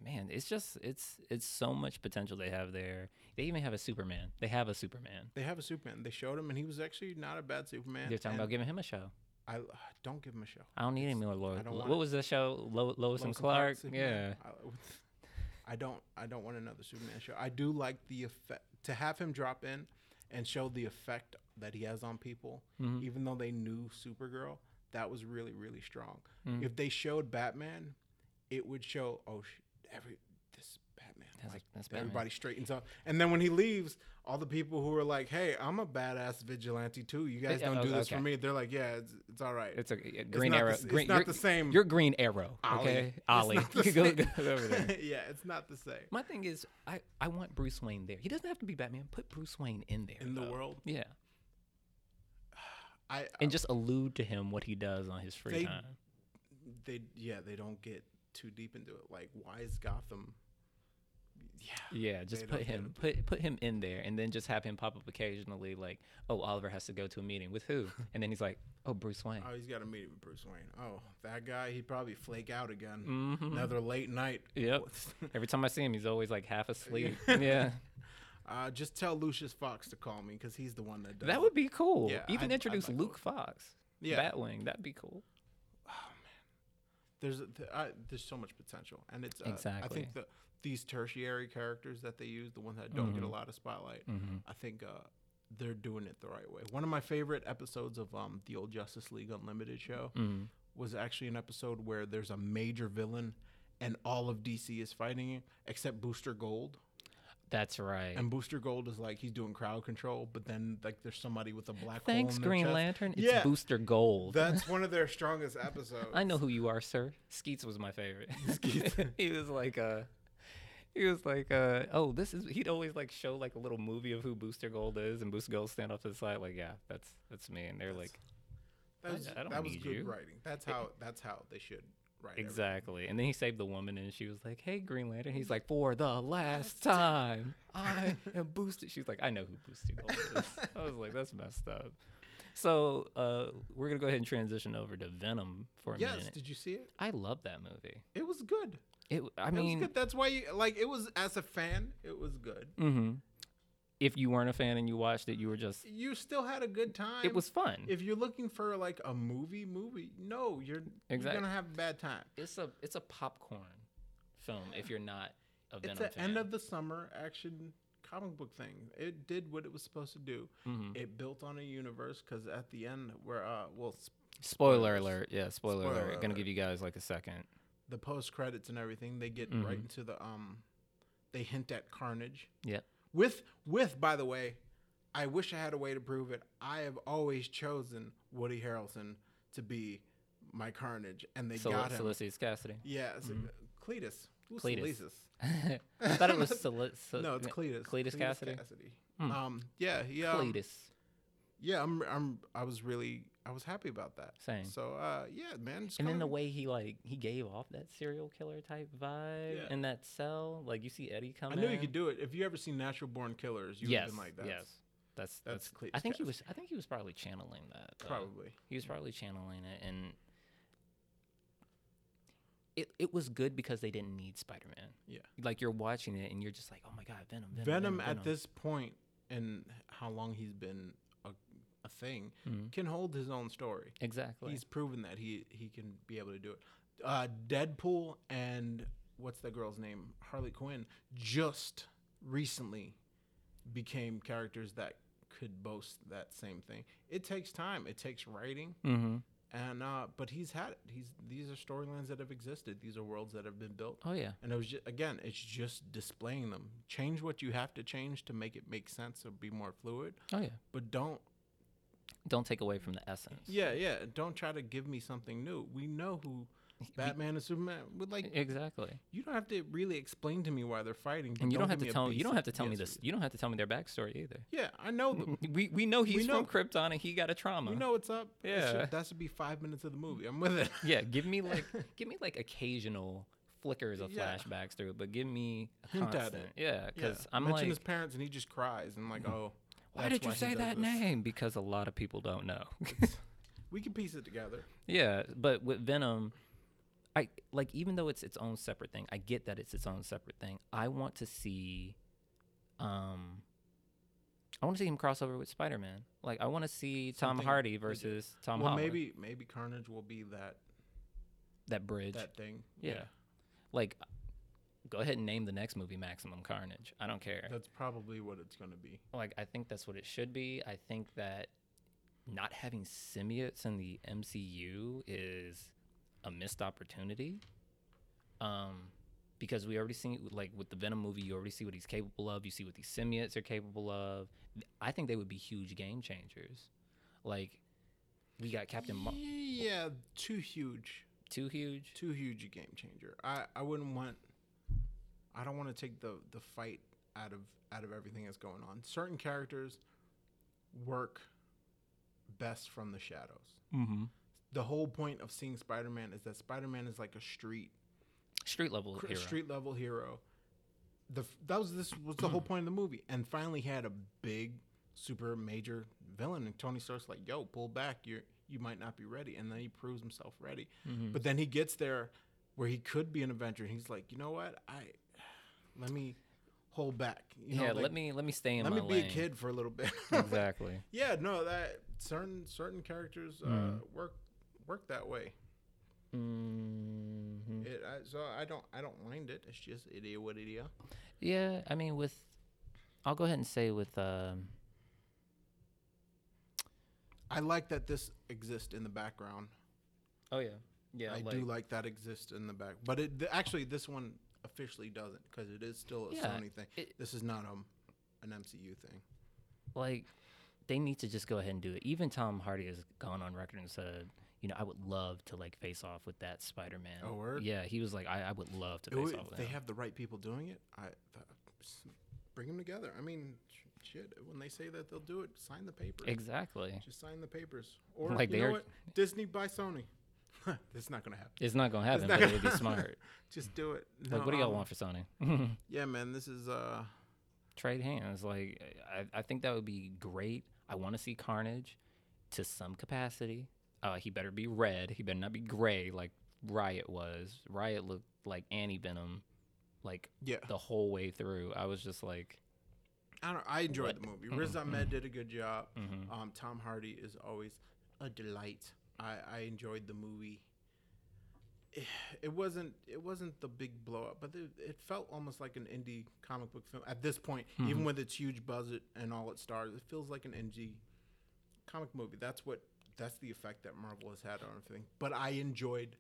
Speaker 1: man, it's just it's it's so much potential they have there. They even have a Superman. They have a Superman.
Speaker 2: They have a Superman. They showed him, and he was actually not a bad Superman.
Speaker 1: They're talking
Speaker 2: and
Speaker 1: about giving him a show.
Speaker 2: I uh, don't give him a show.
Speaker 1: I don't need any more Lois.
Speaker 2: I don't want
Speaker 1: What was the show? Lo- Lois, and
Speaker 2: Lois
Speaker 1: Clark. yeah.
Speaker 2: Superman. uh, I, I don't. I don't want another Superman show. I do like the effect to have him drop in and show the effect that he has on people,
Speaker 1: Mm-hmm.
Speaker 2: even though they knew Supergirl. That was really really strong.
Speaker 1: Mm.
Speaker 2: If they showed Batman, it would show. Oh, sh- every this is Batman.
Speaker 1: That's-
Speaker 2: like
Speaker 1: that's Batman.
Speaker 2: everybody straightens up, and then when he leaves, all the people who are like, "Hey, I'm a badass vigilante too. You guys
Speaker 1: Yeah,
Speaker 2: don't do
Speaker 1: oh,
Speaker 2: this
Speaker 1: okay.
Speaker 2: for me." They're like, "Yeah, it's, it's all right."
Speaker 1: It's a a Green
Speaker 2: not the
Speaker 1: Arrow.
Speaker 2: s- it's
Speaker 1: green,
Speaker 2: not
Speaker 1: you're-
Speaker 2: the same,
Speaker 1: You're Green Arrow.
Speaker 2: Ollie.
Speaker 1: Okay,
Speaker 2: It's
Speaker 1: Ollie.
Speaker 2: not the
Speaker 1: go,
Speaker 2: same.
Speaker 1: go over there.
Speaker 2: yeah, it's not the same.
Speaker 1: My thing is, I I want Bruce Wayne there. He doesn't have to be Batman. Put Bruce Wayne in there
Speaker 2: In the
Speaker 1: though.
Speaker 2: world?
Speaker 1: Yeah,
Speaker 2: I,
Speaker 1: uh, and just allude to him what he does on his free
Speaker 2: They-
Speaker 1: time.
Speaker 2: um, they yeah they don't get too deep into it. Like why is Gotham? Yeah,
Speaker 1: Yeah, just
Speaker 2: they
Speaker 1: put
Speaker 2: don't get
Speaker 1: him put put him in there, and then just have him pop up occasionally. Like, oh, Oliver has to go to a meeting with who? And then he's like, oh, Bruce Wayne.
Speaker 2: oh he's got a meeting with Bruce Wayne. Oh that guy he probably flake out again.
Speaker 1: Mhm.
Speaker 2: Another late night.
Speaker 1: Yep. Every time I see him, he's always like half asleep. yeah,
Speaker 2: uh, just tell Lucius Fox to call me because he's the one that does.
Speaker 1: that would be cool.
Speaker 2: Yeah,
Speaker 1: Even
Speaker 2: I'd- I'd
Speaker 1: introduce
Speaker 2: like
Speaker 1: Luke Fox.
Speaker 2: Yeah.
Speaker 1: Batwing. That'd be cool.
Speaker 2: there's a- th- I, there's so much potential, and it's uh, I
Speaker 1: Exactly.
Speaker 2: think the these tertiary characters that they use, the ones that don't get
Speaker 1: Mm-hmm.
Speaker 2: a lot of spotlight, I think uh, they're doing it the right way. One of my favorite episodes of um, the old Justice League Unlimited show
Speaker 1: Mm.
Speaker 2: was actually an episode where there's a major villain, and all of DC is fighting him except Booster Gold.
Speaker 1: That's right.
Speaker 2: And Booster Gold is like he's doing crowd control, but then like there's somebody with a black hole.
Speaker 1: Thanks,
Speaker 2: in their
Speaker 1: Green
Speaker 2: chest.
Speaker 1: Lantern. It's
Speaker 2: Yeah.
Speaker 1: Booster Gold.
Speaker 2: That's one of their strongest episodes.
Speaker 1: I know who you are, sir. Skeets was my favorite. he was like uh he was like uh oh this is he'd always like show like a little movie of who Booster Gold is and Booster Gold stand off to the side like yeah that's that's me and they're like
Speaker 2: That
Speaker 1: I-
Speaker 2: was,
Speaker 1: I don't
Speaker 2: that was
Speaker 1: need
Speaker 2: good
Speaker 1: you.
Speaker 2: writing. That's how that's how they should write. everything.
Speaker 1: exactly and then he saved the woman and she was like hey Green Lantern he's like for the last time I am Booster she's like I know who Booster Gold is I was like that's messed up so uh we're gonna go ahead and transition over to Venom for a
Speaker 2: Yes.
Speaker 1: minute
Speaker 2: Did you see it?
Speaker 1: I love that movie
Speaker 2: It was good.
Speaker 1: it I
Speaker 2: It
Speaker 1: mean
Speaker 2: was good. That's why you like it was as a fan, it was good.
Speaker 1: Mm-hmm. If you weren't a fan and you watched it, you were just.
Speaker 2: You still had a good time.
Speaker 1: It was fun.
Speaker 2: If you're looking for like a movie, movie, no, you're you're
Speaker 1: Exact-
Speaker 2: gonna have a bad time.
Speaker 1: it's a it's a popcorn film. If you're not a Venom
Speaker 2: It's an
Speaker 1: fan,
Speaker 2: end of the summer action comic book thing. It did what it was supposed to do.
Speaker 1: Mm-hmm.
Speaker 2: It built on a universe because at the end, where uh, well, s-
Speaker 1: spoiler alert. Yeah, spoiler,
Speaker 2: Spoiler
Speaker 1: alert. Gonna give you guys like a second.
Speaker 2: the post credits and everything, they get
Speaker 1: Mm-hmm.
Speaker 2: right into the um, they hint at Carnage.
Speaker 1: Yep.
Speaker 2: With with by the way, I wish I had a way to prove it. I have always chosen Woody Harrelson to be my Carnage, and they
Speaker 1: So
Speaker 2: got him.
Speaker 1: Siliceus Cassidy.
Speaker 2: yeah, so Cletus. Who's
Speaker 1: Mm-hmm. Cletus.
Speaker 2: Cletus?
Speaker 1: I thought it was Silic-
Speaker 2: No, it's Cletus.
Speaker 1: Cletus, Cassidy. Hmm.
Speaker 2: Um, yeah, yeah,
Speaker 1: Cletus.
Speaker 2: yeah. I'm, I'm, I was really, I was happy about that.
Speaker 1: Same.
Speaker 2: So, uh, yeah, man. it's
Speaker 1: And then
Speaker 2: kinda-
Speaker 1: the way he like he gave off that serial killer type vibe
Speaker 2: Yeah.
Speaker 1: in that cell, like you see Eddie
Speaker 2: I
Speaker 1: coming.
Speaker 2: knew you could do it. If you ever seen Natural Born Killers, you've
Speaker 1: yes,
Speaker 2: been like that.
Speaker 1: yes, that's that's.
Speaker 2: that's Cletus
Speaker 1: I think he was. uh, I think he was probably channeling that. though.
Speaker 2: probably.
Speaker 1: He was probably channeling it, and it it was good because they didn't need Spider Man.
Speaker 2: Yeah.
Speaker 1: Like you're watching it, and you're just like, oh my god, Venom, Venom.
Speaker 2: Venom, at
Speaker 1: Venom."
Speaker 2: this point and how long he's been a, a thing can hold his own story.
Speaker 1: Mm-hmm. exactly.
Speaker 2: He's proven that he he can be able to do it. Uh, Deadpool and what's that girl's name? Harley Quinn just recently became characters that could boast that same thing. It takes time. It takes writing.
Speaker 1: mm-hmm.
Speaker 2: And uh, but he's had it. He's these are storylines that have existed. These are worlds that have been built.
Speaker 1: Oh yeah,
Speaker 2: And it was just, again, it's just displaying them. Change what you have to change to make it make sense or be more fluid,
Speaker 1: oh yeah.
Speaker 2: but don't
Speaker 1: don't take away from the essence.
Speaker 2: Yeah, yeah. Don't try to give me something new. We know who Batman and Superman would like.
Speaker 1: Exactly.
Speaker 2: You don't have to really explain to me why they're fighting. but
Speaker 1: And you don't,
Speaker 2: give
Speaker 1: have
Speaker 2: me
Speaker 1: to
Speaker 2: a
Speaker 1: tell me. You don't
Speaker 2: basic
Speaker 1: have to tell me
Speaker 2: yes
Speaker 1: this. You don't have to tell me their backstory either.
Speaker 2: reason. Yeah, I know them.
Speaker 1: We we know he's
Speaker 2: know.
Speaker 1: from Krypton and he got a trauma.
Speaker 2: We know what's up. It's
Speaker 1: Yeah.
Speaker 2: ju- that should be five minutes of the movie. I'm with it.
Speaker 1: Yeah, give me like give me like occasional flickers of
Speaker 2: Yeah.
Speaker 1: flashbacks through it, but give me a
Speaker 2: Hint at
Speaker 1: constant.
Speaker 2: it.
Speaker 1: Yeah, because
Speaker 2: Yeah.
Speaker 1: I'm
Speaker 2: Mention
Speaker 1: like, Mm-hmm.
Speaker 2: his parents and he just cries and like, oh,
Speaker 1: why
Speaker 2: that's
Speaker 1: did you
Speaker 2: he
Speaker 1: say
Speaker 2: does
Speaker 1: that
Speaker 2: this."
Speaker 1: name? Because a lot of people don't know.
Speaker 2: We can piece it together.
Speaker 1: yeah, but with Venom, I like even though it's its own separate thing, I get that it's its own separate thing. I want to see, um, I want to see him cross over with Spider Man. Like I want to see Tom
Speaker 2: Something
Speaker 1: Hardy
Speaker 2: we do.
Speaker 1: versus Tom
Speaker 2: well,
Speaker 1: Holland.
Speaker 2: maybe maybe Carnage will be that
Speaker 1: that bridge.
Speaker 2: that thing.
Speaker 1: yeah. like go ahead and name the next movie Maximum Carnage. I don't care.
Speaker 2: that's probably what it's gonna be.
Speaker 1: like I think that's what it should be. I think that not having symbiotes in the MCU is a missed opportunity. Um because we already see like with the Venom movie, you already see what he's capable of, you see what these symbiotes are capable of. I think they would be huge game changers. Like we got Captain Mar-
Speaker 2: yeah, too huge,
Speaker 1: too huge.
Speaker 2: too huge a game changer. I I wouldn't want. I don't want to take the the fight out of out of everything that's going on. Certain characters work best from the shadows.
Speaker 1: Mm-hmm.
Speaker 2: the whole point of seeing Spider-Man is that Spider-Man is like a street
Speaker 1: Street level
Speaker 2: cr-
Speaker 1: hero.
Speaker 2: street level hero. The f- that was this was the whole point of the movie, and finally he had a big, super major villain, and Tony Stark's like, "Yo, pull back, you you might not be ready," and then he proves himself ready.
Speaker 1: Mm-hmm.
Speaker 2: But then he gets there where he could be an Avenger, and he's like, "You know what? I let me hold back. You know,
Speaker 1: yeah,
Speaker 2: like,
Speaker 1: let me let me stay in
Speaker 2: let
Speaker 1: my
Speaker 2: me be
Speaker 1: lane.
Speaker 2: a kid for a little bit."
Speaker 1: Exactly.
Speaker 2: yeah, no, that certain certain characters uh,
Speaker 1: Mm-hmm.
Speaker 2: work work that way.
Speaker 1: hmm
Speaker 2: It, I, so I don't I don't mind it. It's just it is what it is.
Speaker 1: Yeah, I mean, with I'll go ahead and say with um,
Speaker 2: I like that this exists in the background.
Speaker 1: oh yeah, yeah,
Speaker 2: I do like that exists in the back, but it th- actually this one officially doesn't because it is still a
Speaker 1: Yeah,
Speaker 2: Sony thing.
Speaker 1: it-
Speaker 2: this is not um an MCU thing.
Speaker 1: like they need to just go ahead and do it. Even Tom Hardy has gone on record and said, you know, I would love to like face off with that Spider Man.
Speaker 2: Oh, word?
Speaker 1: Yeah, he was like, I, I would love to
Speaker 2: It
Speaker 1: face
Speaker 2: would-
Speaker 1: off
Speaker 2: if
Speaker 1: with
Speaker 2: they
Speaker 1: him.
Speaker 2: have the right people doing it. I th- s- bring them together. I mean, sh- shit. When they say that they'll do it, sign the papers.
Speaker 1: exactly.
Speaker 2: just sign the papers. Or
Speaker 1: Like
Speaker 2: you know
Speaker 1: they're-
Speaker 2: what? Disney buy Sony. That's not gonna happen.
Speaker 1: It's not gonna
Speaker 2: It's
Speaker 1: happen,
Speaker 2: not
Speaker 1: but it would be
Speaker 2: gonna-
Speaker 1: smart.
Speaker 2: Just do it.
Speaker 1: like, what do y'all
Speaker 2: um,
Speaker 1: want for Sony?
Speaker 2: Yeah, man. This is uh.
Speaker 1: Trade hands. Like, I, I think that would be great. I want to see Carnage to some capacity. Uh, he better be red. He better not be gray like Riot was. Riot looked like anti Venom, like
Speaker 2: Yeah.
Speaker 1: the whole way through. I was just like,
Speaker 2: I don't. I enjoyed
Speaker 1: What?
Speaker 2: the movie.
Speaker 1: Mm-mm,
Speaker 2: Riz Ahmed did a good job.
Speaker 1: Mhm.
Speaker 2: Um, Tom Hardy is always a delight. I, I enjoyed the movie. It, it wasn't it wasn't the big blow up, but it, it felt almost like an indie comic book film at this point.
Speaker 1: Mm-hmm.
Speaker 2: Even with its huge budget and all its stars, it feels like an indie comic movie. That's what that's the effect that Marvel has had on everything. But I enjoyed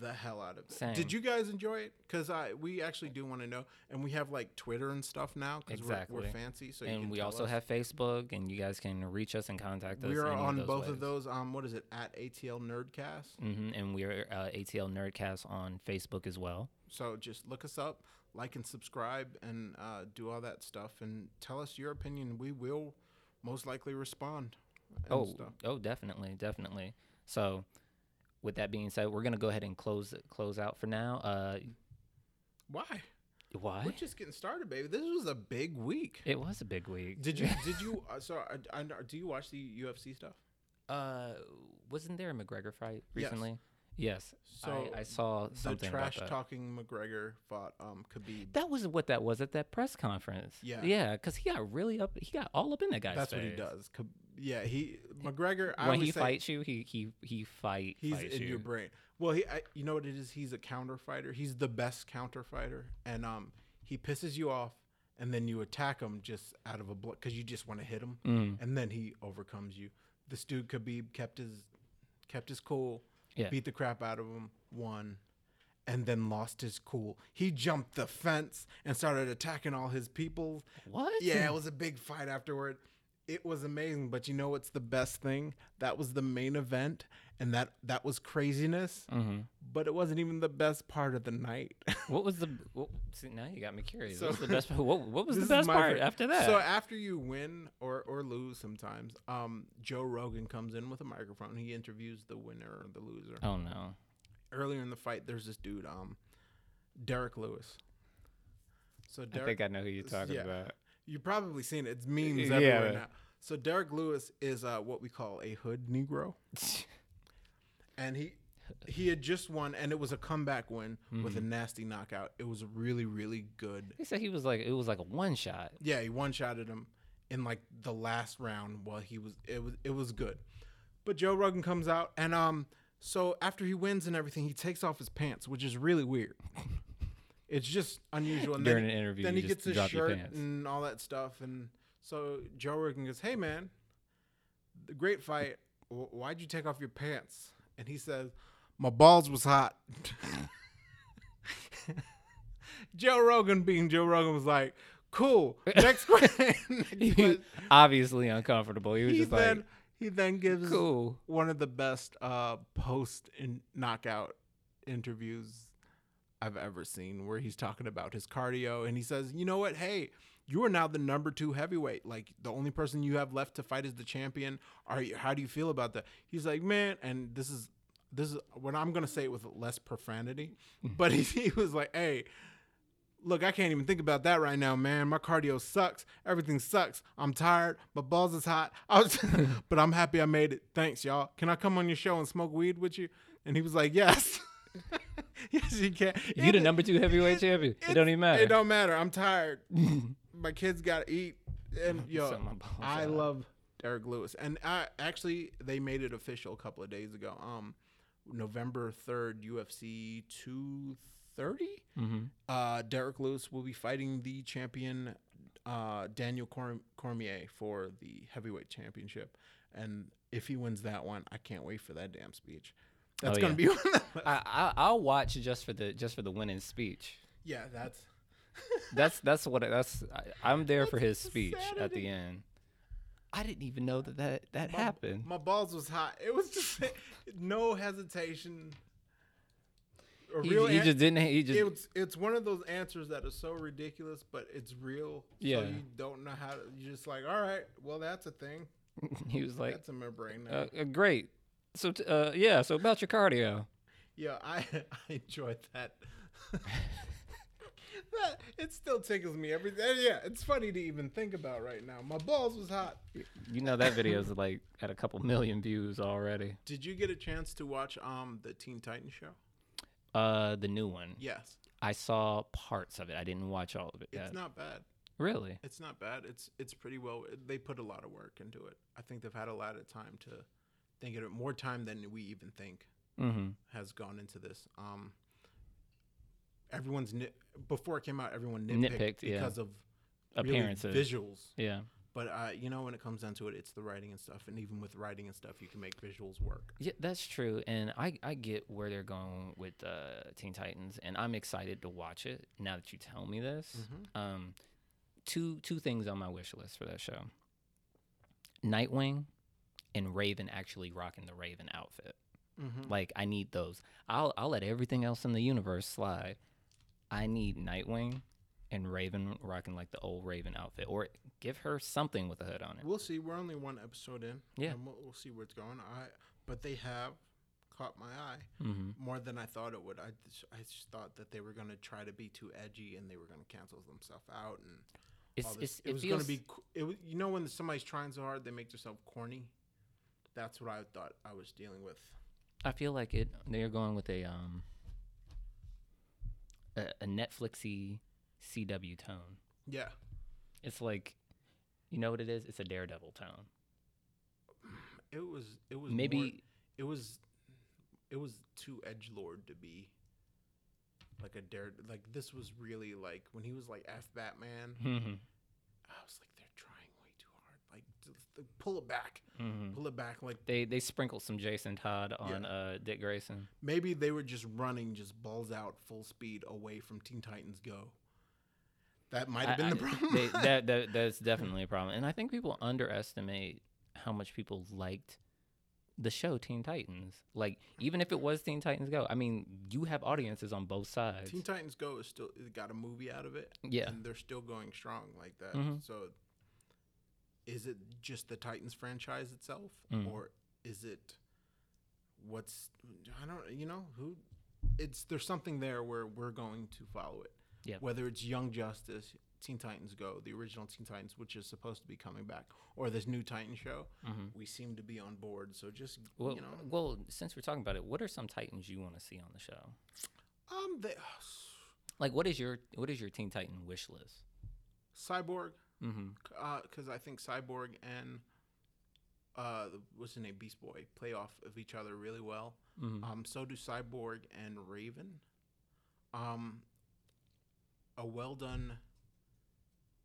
Speaker 2: the hell out of it.
Speaker 1: Same.
Speaker 2: Did you guys enjoy it? Because I we actually do want to know, and we have like Twitter and stuff now because we're,
Speaker 1: Exactly.
Speaker 2: we're fancy. So you
Speaker 1: and
Speaker 2: can
Speaker 1: we
Speaker 2: tell
Speaker 1: also
Speaker 2: us.
Speaker 1: have Facebook, and you guys can reach us and contact us.
Speaker 2: we are
Speaker 1: any
Speaker 2: on
Speaker 1: those
Speaker 2: both
Speaker 1: ways.
Speaker 2: of those. Um, what is it at ATL Nerdcast?
Speaker 1: hmm And we are uh, ATL Nerdcast on Facebook as well.
Speaker 2: So just look us up, like and subscribe, and uh, do all that stuff, and tell us your opinion. We will most likely respond. and
Speaker 1: Oh,
Speaker 2: stuff.
Speaker 1: oh, definitely, definitely. So, with that being said, we're gonna go ahead and close close out for now. Uh,
Speaker 2: why?
Speaker 1: why?
Speaker 2: We're just getting started, baby. This was a big week.
Speaker 1: It was a big week.
Speaker 2: Did you? did you? Uh, so I, I, do you watch the UFC stuff?
Speaker 1: Uh, wasn't there a McGregor fight recently? Yes.
Speaker 2: So,
Speaker 1: I, I saw
Speaker 2: the
Speaker 1: something about
Speaker 2: trash
Speaker 1: that.
Speaker 2: talking McGregor fought um, Khabib.
Speaker 1: That was what that was at that press conference.
Speaker 2: Yeah.
Speaker 1: Yeah, because he got really up. He got all up in that guy's
Speaker 2: That's what he
Speaker 1: face.
Speaker 2: does. Kh- Yeah, he McGregor. I
Speaker 1: When
Speaker 2: always
Speaker 1: he
Speaker 2: say
Speaker 1: fights you, he he he fight.
Speaker 2: he's
Speaker 1: fights
Speaker 2: in
Speaker 1: you.
Speaker 2: your brain. Well, he, I, you know what it is. He's a counter fighter. He's the best counter fighter, and um, he pisses you off, and then you attack him just out of a blow because you just want to hit him,
Speaker 1: Mm. Mm-hmm.
Speaker 2: and then he overcomes you. This dude Khabib kept his kept his cool,
Speaker 1: Yeah.
Speaker 2: beat the crap out of him, won, and then lost his cool. He jumped the fence and started attacking all his people.
Speaker 1: What?
Speaker 2: Yeah, it was a big fight afterward. It was amazing, but you know what's the best thing? That was the main event, and that that was craziness.
Speaker 1: Mm-hmm.
Speaker 2: But it wasn't even the best part of the night.
Speaker 1: What was the? What, see, now you got me curious.
Speaker 2: So-
Speaker 1: What's the best? What, what was
Speaker 2: This
Speaker 1: the
Speaker 2: is
Speaker 1: best
Speaker 2: my
Speaker 1: part
Speaker 2: favorite.
Speaker 1: after that?
Speaker 2: So after you win or or lose, sometimes um, Joe Rogan comes in with a microphone. He interviews the winner or the loser.
Speaker 1: oh no.
Speaker 2: Earlier in the fight, there's this dude, um, Derek Lewis. So Derek,
Speaker 3: I think I know who you're talking
Speaker 2: yeah.
Speaker 3: about.
Speaker 2: you probably seen it. It's memes
Speaker 3: Yeah.
Speaker 2: everywhere now. So Derek Lewis is uh, what we call a hood Negro, and he he had just won, and it was a comeback win with a
Speaker 1: Mm-hmm.
Speaker 2: nasty knockout. It was really really good.
Speaker 1: They said he was like it was like a one shot.
Speaker 2: Yeah, he one shotted him in like the last round while he was it was it was good. But Joe Rogan comes out and um so after he wins and everything, he takes off his pants, which is really weird. it's just unusual. And
Speaker 1: During
Speaker 2: then,
Speaker 1: an interview,
Speaker 2: then
Speaker 1: you
Speaker 2: he
Speaker 1: just
Speaker 2: gets his
Speaker 1: drop your
Speaker 2: shirt
Speaker 1: pants.
Speaker 2: and all that stuff, and so Joe Rogan goes, "Hey man, the great fight. Wh- Why'd you take off your pants?" And he says, "My balls was hot." Joe Rogan being Joe Rogan was like, "Cool, next question." Next
Speaker 1: He-
Speaker 2: question.
Speaker 1: obviously uncomfortable. He was
Speaker 2: he
Speaker 1: just
Speaker 2: then
Speaker 1: like,
Speaker 2: he then gives
Speaker 1: cool.
Speaker 2: one of the best uh, post in knockout interviews I've ever seen, where he's talking about his cardio and he says, "You know what? Hey, you are now the number two heavyweight. Like the only person you have left to fight is the champion. Are you? How do you feel about that?" He's like, "Man," and this is this is what I'm gonna say it with less profanity, but he, he was like, "Hey." Look, I can't even think about that right now, man. My cardio sucks. Everything sucks. I'm tired. My balls is hot. I was, but I'm happy I made it. Thanks, y'all. Can I come on your show and smoke weed with you? And he was like, yes. yes, you can.
Speaker 1: You the
Speaker 2: It-
Speaker 1: number two heavyweight champion. It don't even matter.
Speaker 2: It don't matter. I'm tired. My kids gotta eat. And yo,
Speaker 1: So my balls
Speaker 2: I
Speaker 1: are-
Speaker 2: love Derek Lewis. And I actually they made it official a couple of days ago. Um, November third, UFC two thirty.
Speaker 1: Mhm.
Speaker 2: Uh, Derek Lewis will be fighting the champion, uh, Daniel Corm- Cormier for the heavyweight championship. And if he wins that one, I can't wait for that damn speech. That's
Speaker 1: Oh,
Speaker 2: gonna be
Speaker 1: yeah.
Speaker 2: one. Of the,
Speaker 1: I, I I'll watch just for the just for the winning speech.
Speaker 2: yeah, that's
Speaker 1: That's that's what that's. I, I'm there for his
Speaker 2: That's
Speaker 1: speech at the
Speaker 2: Saturday.
Speaker 1: end. I didn't even know that that, that
Speaker 2: My-
Speaker 1: happened.
Speaker 2: My balls was hot. It was just no hesitation. A
Speaker 1: He,
Speaker 2: real
Speaker 1: he
Speaker 2: an-
Speaker 1: just didn't. He just
Speaker 2: it's it's one of those answers that are so ridiculous, but it's real.
Speaker 1: Yeah.
Speaker 2: So you don't know how to. You're just like, all right, well that's a thing.
Speaker 1: he was like,
Speaker 2: That's in my brain now.
Speaker 1: uh, uh, great. So t- uh, yeah. So about your cardio.
Speaker 2: yeah, I I enjoyed that. That- It still tickles me every day. Yeah, it's funny to even think about right now. My balls was hot.
Speaker 1: You know that video's like at a couple million views already.
Speaker 2: Did you get a chance to watch um the Teen Titans show?
Speaker 1: Uh, the new one.
Speaker 2: Yes,
Speaker 1: I saw parts of it. I didn't watch all of it.
Speaker 2: it's
Speaker 1: yet.
Speaker 2: not bad.
Speaker 1: really.
Speaker 2: It's not bad. It's it's pretty well. They put a lot of work into it. I think they've had a lot of time to think of it. More time than we even think
Speaker 1: Mm-hmm.
Speaker 2: has gone into this. Um, everyone's nit- before it came out, everyone nitpicked,
Speaker 1: Nitpicked, yeah.
Speaker 2: because of really
Speaker 1: Appearances.
Speaker 2: visuals.
Speaker 1: Yeah.
Speaker 2: But uh, you know, when it comes down to it, it's the writing and stuff. And even with writing and stuff, you can make visuals work.
Speaker 1: Yeah, that's true, and I, I get where they're going with uh, Teen Titans, and I'm excited to watch it now that you tell me this.
Speaker 2: Mm-hmm.
Speaker 1: Um, two two things on my wish list for that show: Nightwing and Raven actually rocking the Raven outfit.
Speaker 2: Mm-hmm.
Speaker 1: Like I need those. I'll I'll let everything else in the universe slide. I need Nightwing and Raven rocking like the old Raven outfit, or give her something with a hood on it.
Speaker 2: We'll see. We're only one episode in.
Speaker 1: Yeah.
Speaker 2: and we'll, we'll see where it's going. I but they have caught my eye.
Speaker 1: Mm-hmm.
Speaker 2: more than I thought it would. I just, I just thought that they were going to try to be too edgy and they were going to cancel themselves out and all
Speaker 1: It's,
Speaker 2: this.
Speaker 1: it's
Speaker 2: it,
Speaker 1: it,
Speaker 2: was going
Speaker 1: feels
Speaker 2: to be c- it was, you know when somebody's trying so hard they make themselves corny. That's what I thought I was dealing with.
Speaker 1: I feel like it. They're going with a um a, a Netflixy CW tone.
Speaker 2: Yeah.
Speaker 1: It's like, you know what it is? It's a Daredevil tone.
Speaker 2: It was it was more-
Speaker 1: Maybe
Speaker 2: it was it was too edge lord to be like a dare like this was really like when he was like F Batman
Speaker 1: Mhm,
Speaker 2: I was like they're trying way too hard like d- d- pull it back
Speaker 1: mhm.
Speaker 2: pull it back like
Speaker 1: they they sprinkled some Jason Todd on uh, Dick Grayson.
Speaker 2: Maybe they were just running, just balls out, full speed away from Teen Titans Go. That might have been
Speaker 1: I-
Speaker 2: the
Speaker 1: I-
Speaker 2: problem.
Speaker 1: they- that, that that's definitely a problem, and I think people underestimate how much people liked the show Teen Titans. Like, even if it was Teen Titans Go, I mean, you have audiences on both sides.
Speaker 2: Teen Titans Go is still it got a movie out of it.
Speaker 1: Yeah.
Speaker 2: and they're still going strong like that.
Speaker 1: Mhm.
Speaker 2: So, is it just the Titans franchise itself,
Speaker 1: Mm.
Speaker 2: or is it what's I don't you know who? It's there's something there where we're going to follow it.
Speaker 1: Yep.
Speaker 2: Whether it's Young Justice, Teen Titans Go, the original Teen Titans, which is supposed to be coming back, or this new Titan show,
Speaker 1: Mhm.
Speaker 2: we seem to be on board. So just
Speaker 1: Well,
Speaker 2: you know,
Speaker 1: well, since we're talking about it, what are some Titans you want to see on the show?
Speaker 2: um, they,
Speaker 1: Like, what is your what is your Teen Titan wish list?
Speaker 2: Cyborg,
Speaker 1: Mm-hmm.
Speaker 2: because I think Cyborg and uh, what's his name, Beast Boy, play off of each other really well.
Speaker 1: mm-hmm.
Speaker 2: Um, so do Cyborg and Raven. Um, a well done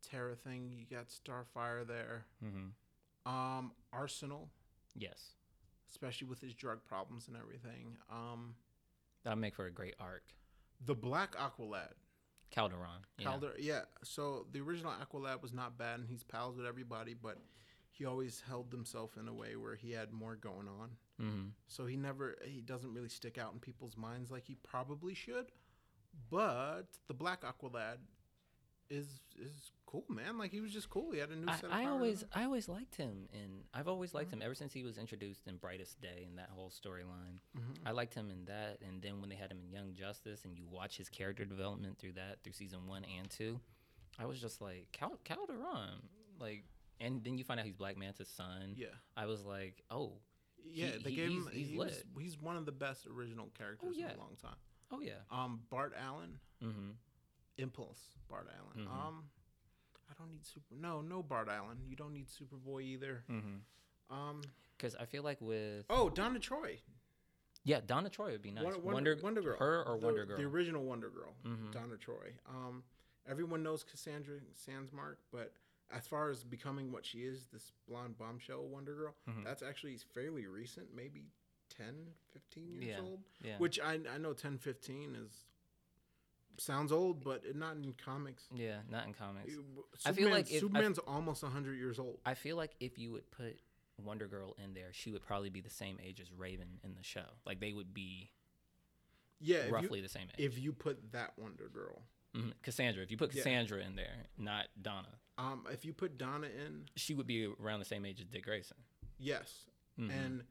Speaker 2: Terra thing. You got Starfire there.
Speaker 1: mm-hmm.
Speaker 2: Um, Arsenal,
Speaker 1: Yes,
Speaker 2: especially with his drug problems and everything. Um,
Speaker 1: that'd make for a great arc.
Speaker 2: the Black Aqualad.
Speaker 1: Calderon. Yeah.
Speaker 2: Calder, yeah. So the original Aqualad was not bad, and he's pals with everybody, but he always held himself in a way where he had more going on.
Speaker 1: Mm-hmm.
Speaker 2: So he never, he doesn't really stick out in people's minds like he probably should. But the Black Aqualad is is cool, man. Like he was just cool. He had a new
Speaker 1: I,
Speaker 2: set. Of
Speaker 1: I
Speaker 2: powers.
Speaker 1: always I always liked him and I've always liked
Speaker 2: Mm-hmm.
Speaker 1: him ever since he was introduced in Brightest Day and that whole storyline.
Speaker 2: Mhm.
Speaker 1: I liked him in that and then when they had him in Young Justice and you watch his character development through that through season 1 and 2, I was just like Cal- Calderon like and then you find out he's Black Manta's son.
Speaker 2: yeah,
Speaker 1: I was like, "Oh,
Speaker 2: yeah.
Speaker 1: He-
Speaker 2: they
Speaker 1: he-
Speaker 2: gave
Speaker 1: he's-
Speaker 2: him.
Speaker 1: he's
Speaker 2: he was,
Speaker 1: lit.
Speaker 2: he's one of the best original characters
Speaker 1: yeah.
Speaker 2: in a long time.
Speaker 1: oh yeah."
Speaker 2: Um, Bart Allen,
Speaker 1: Mhm.
Speaker 2: Impulse, Bart Allen.
Speaker 1: Mhm.
Speaker 2: Um, I don't need super. No, no Bart Allen. You don't need Superboy either.
Speaker 1: Mhm.
Speaker 2: Um.
Speaker 1: Cuz I feel like with
Speaker 2: Oh, Donna Troy.
Speaker 1: yeah, Donna Troy would be nice.
Speaker 2: Wonder, Wonder,
Speaker 1: Wonder,
Speaker 2: Wonder Girl.
Speaker 1: her or
Speaker 2: The-
Speaker 1: Wonder
Speaker 2: The
Speaker 1: Girl.
Speaker 2: original Wonder Girl,
Speaker 1: Mhm.
Speaker 2: Donna Troy. Um, everyone knows Cassandra Sandsmark, but as far as becoming what she is, this blonde bombshell Wonder Girl,
Speaker 1: Mhm.
Speaker 2: that's actually fairly recent, maybe 10, 15 years
Speaker 1: Yeah,
Speaker 2: old.
Speaker 1: yeah.
Speaker 2: Which I, I know 10, 15 is sounds old, but it- not in comics.
Speaker 1: yeah, not in comics.
Speaker 2: Superman,
Speaker 1: I feel like if- I-
Speaker 2: Superman's almost 100 years old.
Speaker 1: I feel like if you would put Wonder Girl in there, she would probably be the same age as Raven in the show. Like they would be
Speaker 2: yeah, if you-
Speaker 1: roughly the same age.
Speaker 2: if you put that Wonder Girl.
Speaker 1: Mhm. Cassandra, if you put
Speaker 2: Yeah.
Speaker 1: Cassandra in there, not Donna,
Speaker 2: Um, if you put Donna in,
Speaker 1: she would be around the same age as Dick Grayson.
Speaker 2: Yes,
Speaker 1: Mhm.
Speaker 2: and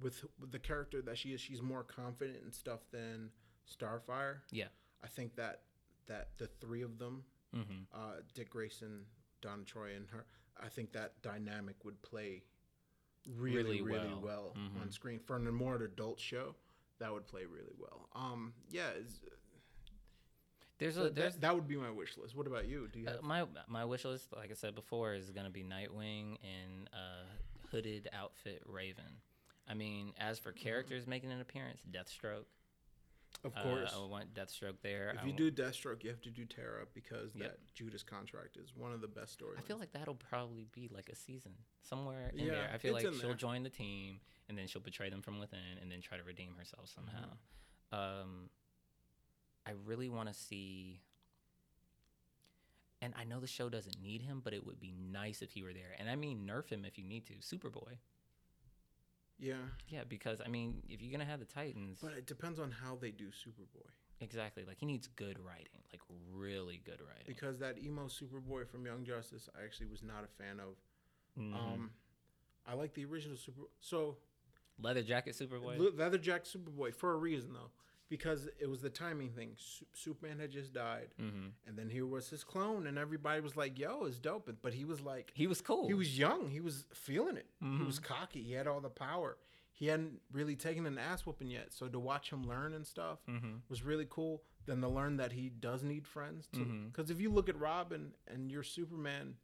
Speaker 2: with, with the character that she is, she's more confident and stuff than Starfire.
Speaker 1: Yeah.
Speaker 2: I think that that the three of them,
Speaker 1: hmm
Speaker 2: uh, Dick Grayson, Don Troy, and her, I think that dynamic would play really,
Speaker 1: Really
Speaker 2: really well,
Speaker 1: well. Mhm.
Speaker 2: on screen for a more adult show. That would play really well. Um, yeah, it's,
Speaker 1: There's
Speaker 2: so
Speaker 1: a there's
Speaker 2: that, that would be my wish list. What about you? Do you
Speaker 1: uh,
Speaker 2: have?
Speaker 1: my my wish list, like I said before, is gonna be Nightwing and uh, hooded outfit Raven. I mean, as for characters making an appearance, Deathstroke.
Speaker 2: of
Speaker 1: Uh,
Speaker 2: course.
Speaker 1: I want Deathstroke there.
Speaker 2: if
Speaker 1: I
Speaker 2: you
Speaker 1: want-
Speaker 2: do Deathstroke, you have to do Terra because
Speaker 1: Yep.
Speaker 2: that Judas contract is one of the best stories.
Speaker 1: I feel like that'll probably be like a season somewhere in there.
Speaker 2: Yeah,
Speaker 1: I feel
Speaker 2: it's
Speaker 1: like
Speaker 2: in
Speaker 1: she'll
Speaker 2: there.
Speaker 1: join the team and then she'll betray them from within and then try to redeem herself somehow.
Speaker 2: Mm-hmm.
Speaker 1: Um, I really want to see. And I know the show doesn't need him, but it would be nice if he were there. And I mean, nerf him if you need to. Superboy.
Speaker 2: yeah.
Speaker 1: Yeah, because I mean, if you're going to have the Titans,
Speaker 2: But it depends on how they do Superboy.
Speaker 1: exactly. Like, he needs good writing, like, really good writing.
Speaker 2: Because that emo Superboy from Young Justice, I actually was not a fan of.
Speaker 1: Mhm.
Speaker 2: Um, I like the original Super. So
Speaker 1: Leather Jacket Superboy.
Speaker 2: Le- Leatherjack Superboy for a reason though, because it was the timing thing. Su- Superman had just died,
Speaker 1: hmm
Speaker 2: and then here was his clone, and everybody was like, "Yo, it's dope," but he was like,
Speaker 1: He was cool.
Speaker 2: he was young, he was feeling it, he
Speaker 1: Mhm.
Speaker 2: was cocky, he had all the power. He hadn't really taken an ass whooping yet, so to watch him learn and stuff,
Speaker 1: hmm
Speaker 2: was really cool than to learn that he does need friends. Because
Speaker 1: Mhm.
Speaker 2: if you look at Robin and you're Superman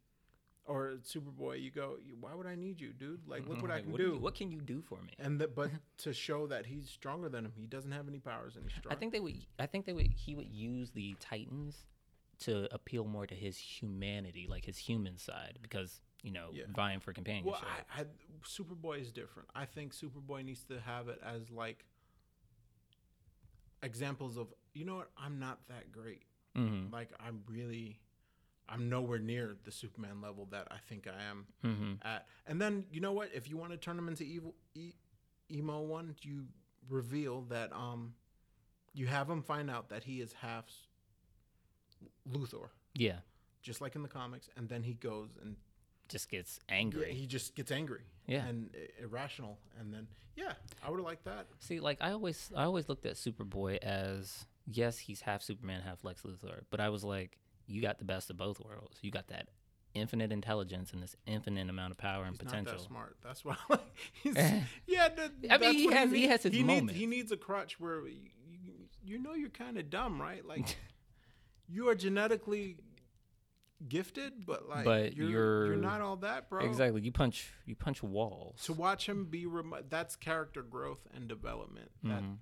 Speaker 2: or Superboy, you go, "Why would I need you, dude? Like, look
Speaker 1: Mhm.
Speaker 2: what I
Speaker 1: Like,
Speaker 2: can
Speaker 1: what
Speaker 2: do."
Speaker 1: you- what can you do for me?
Speaker 2: and the, but to show that he's stronger than him, he doesn't have any powers and he's strong.
Speaker 1: I think they would. I think they would. He would use the Titans to appeal more to his humanity, like his human side, because you know,
Speaker 2: Yeah.
Speaker 1: vying for companionship.
Speaker 2: Well, I, I, Superboy is different. I think Superboy needs to have it as like examples of you know what I'm not that great.
Speaker 1: Mhm.
Speaker 2: Like I'm really, I'm nowhere near the Superman level that I think I am
Speaker 1: Mm-hmm.
Speaker 2: at. And then you know what? If you want to turn him into evil e- emo one, you reveal that um, you have him find out that he is half s- Luthor,
Speaker 1: Yeah.
Speaker 2: just like in the comics, and then he goes and
Speaker 1: Just gets
Speaker 2: yeah,
Speaker 1: angry.
Speaker 2: he just gets angry,
Speaker 1: Yeah.
Speaker 2: and i- irrational, and then yeah, I would have liked that.
Speaker 1: See, like I always, I always looked at Superboy as yes, he's half Superman, half Lex Luthor, but I was like, you got the best of both worlds. You got that infinite intelligence and this infinite amount of power and
Speaker 2: He's
Speaker 1: potential. Eh.
Speaker 2: not that smart. That's why. Like, he's, yeah, th-
Speaker 1: mean,
Speaker 2: that's
Speaker 1: he
Speaker 2: what
Speaker 1: has- he
Speaker 2: need-
Speaker 1: has his
Speaker 2: he
Speaker 1: moments.
Speaker 2: Needs, he needs a crutch where you, you know you're kind of dumb, right? Like you are genetically gifted, but like
Speaker 1: But
Speaker 2: you're,
Speaker 1: you're-
Speaker 2: you're not all that, bro.
Speaker 1: Exactly. You punch, you punch walls.
Speaker 2: To watch him be remo- that's character growth and development that
Speaker 1: Mhm.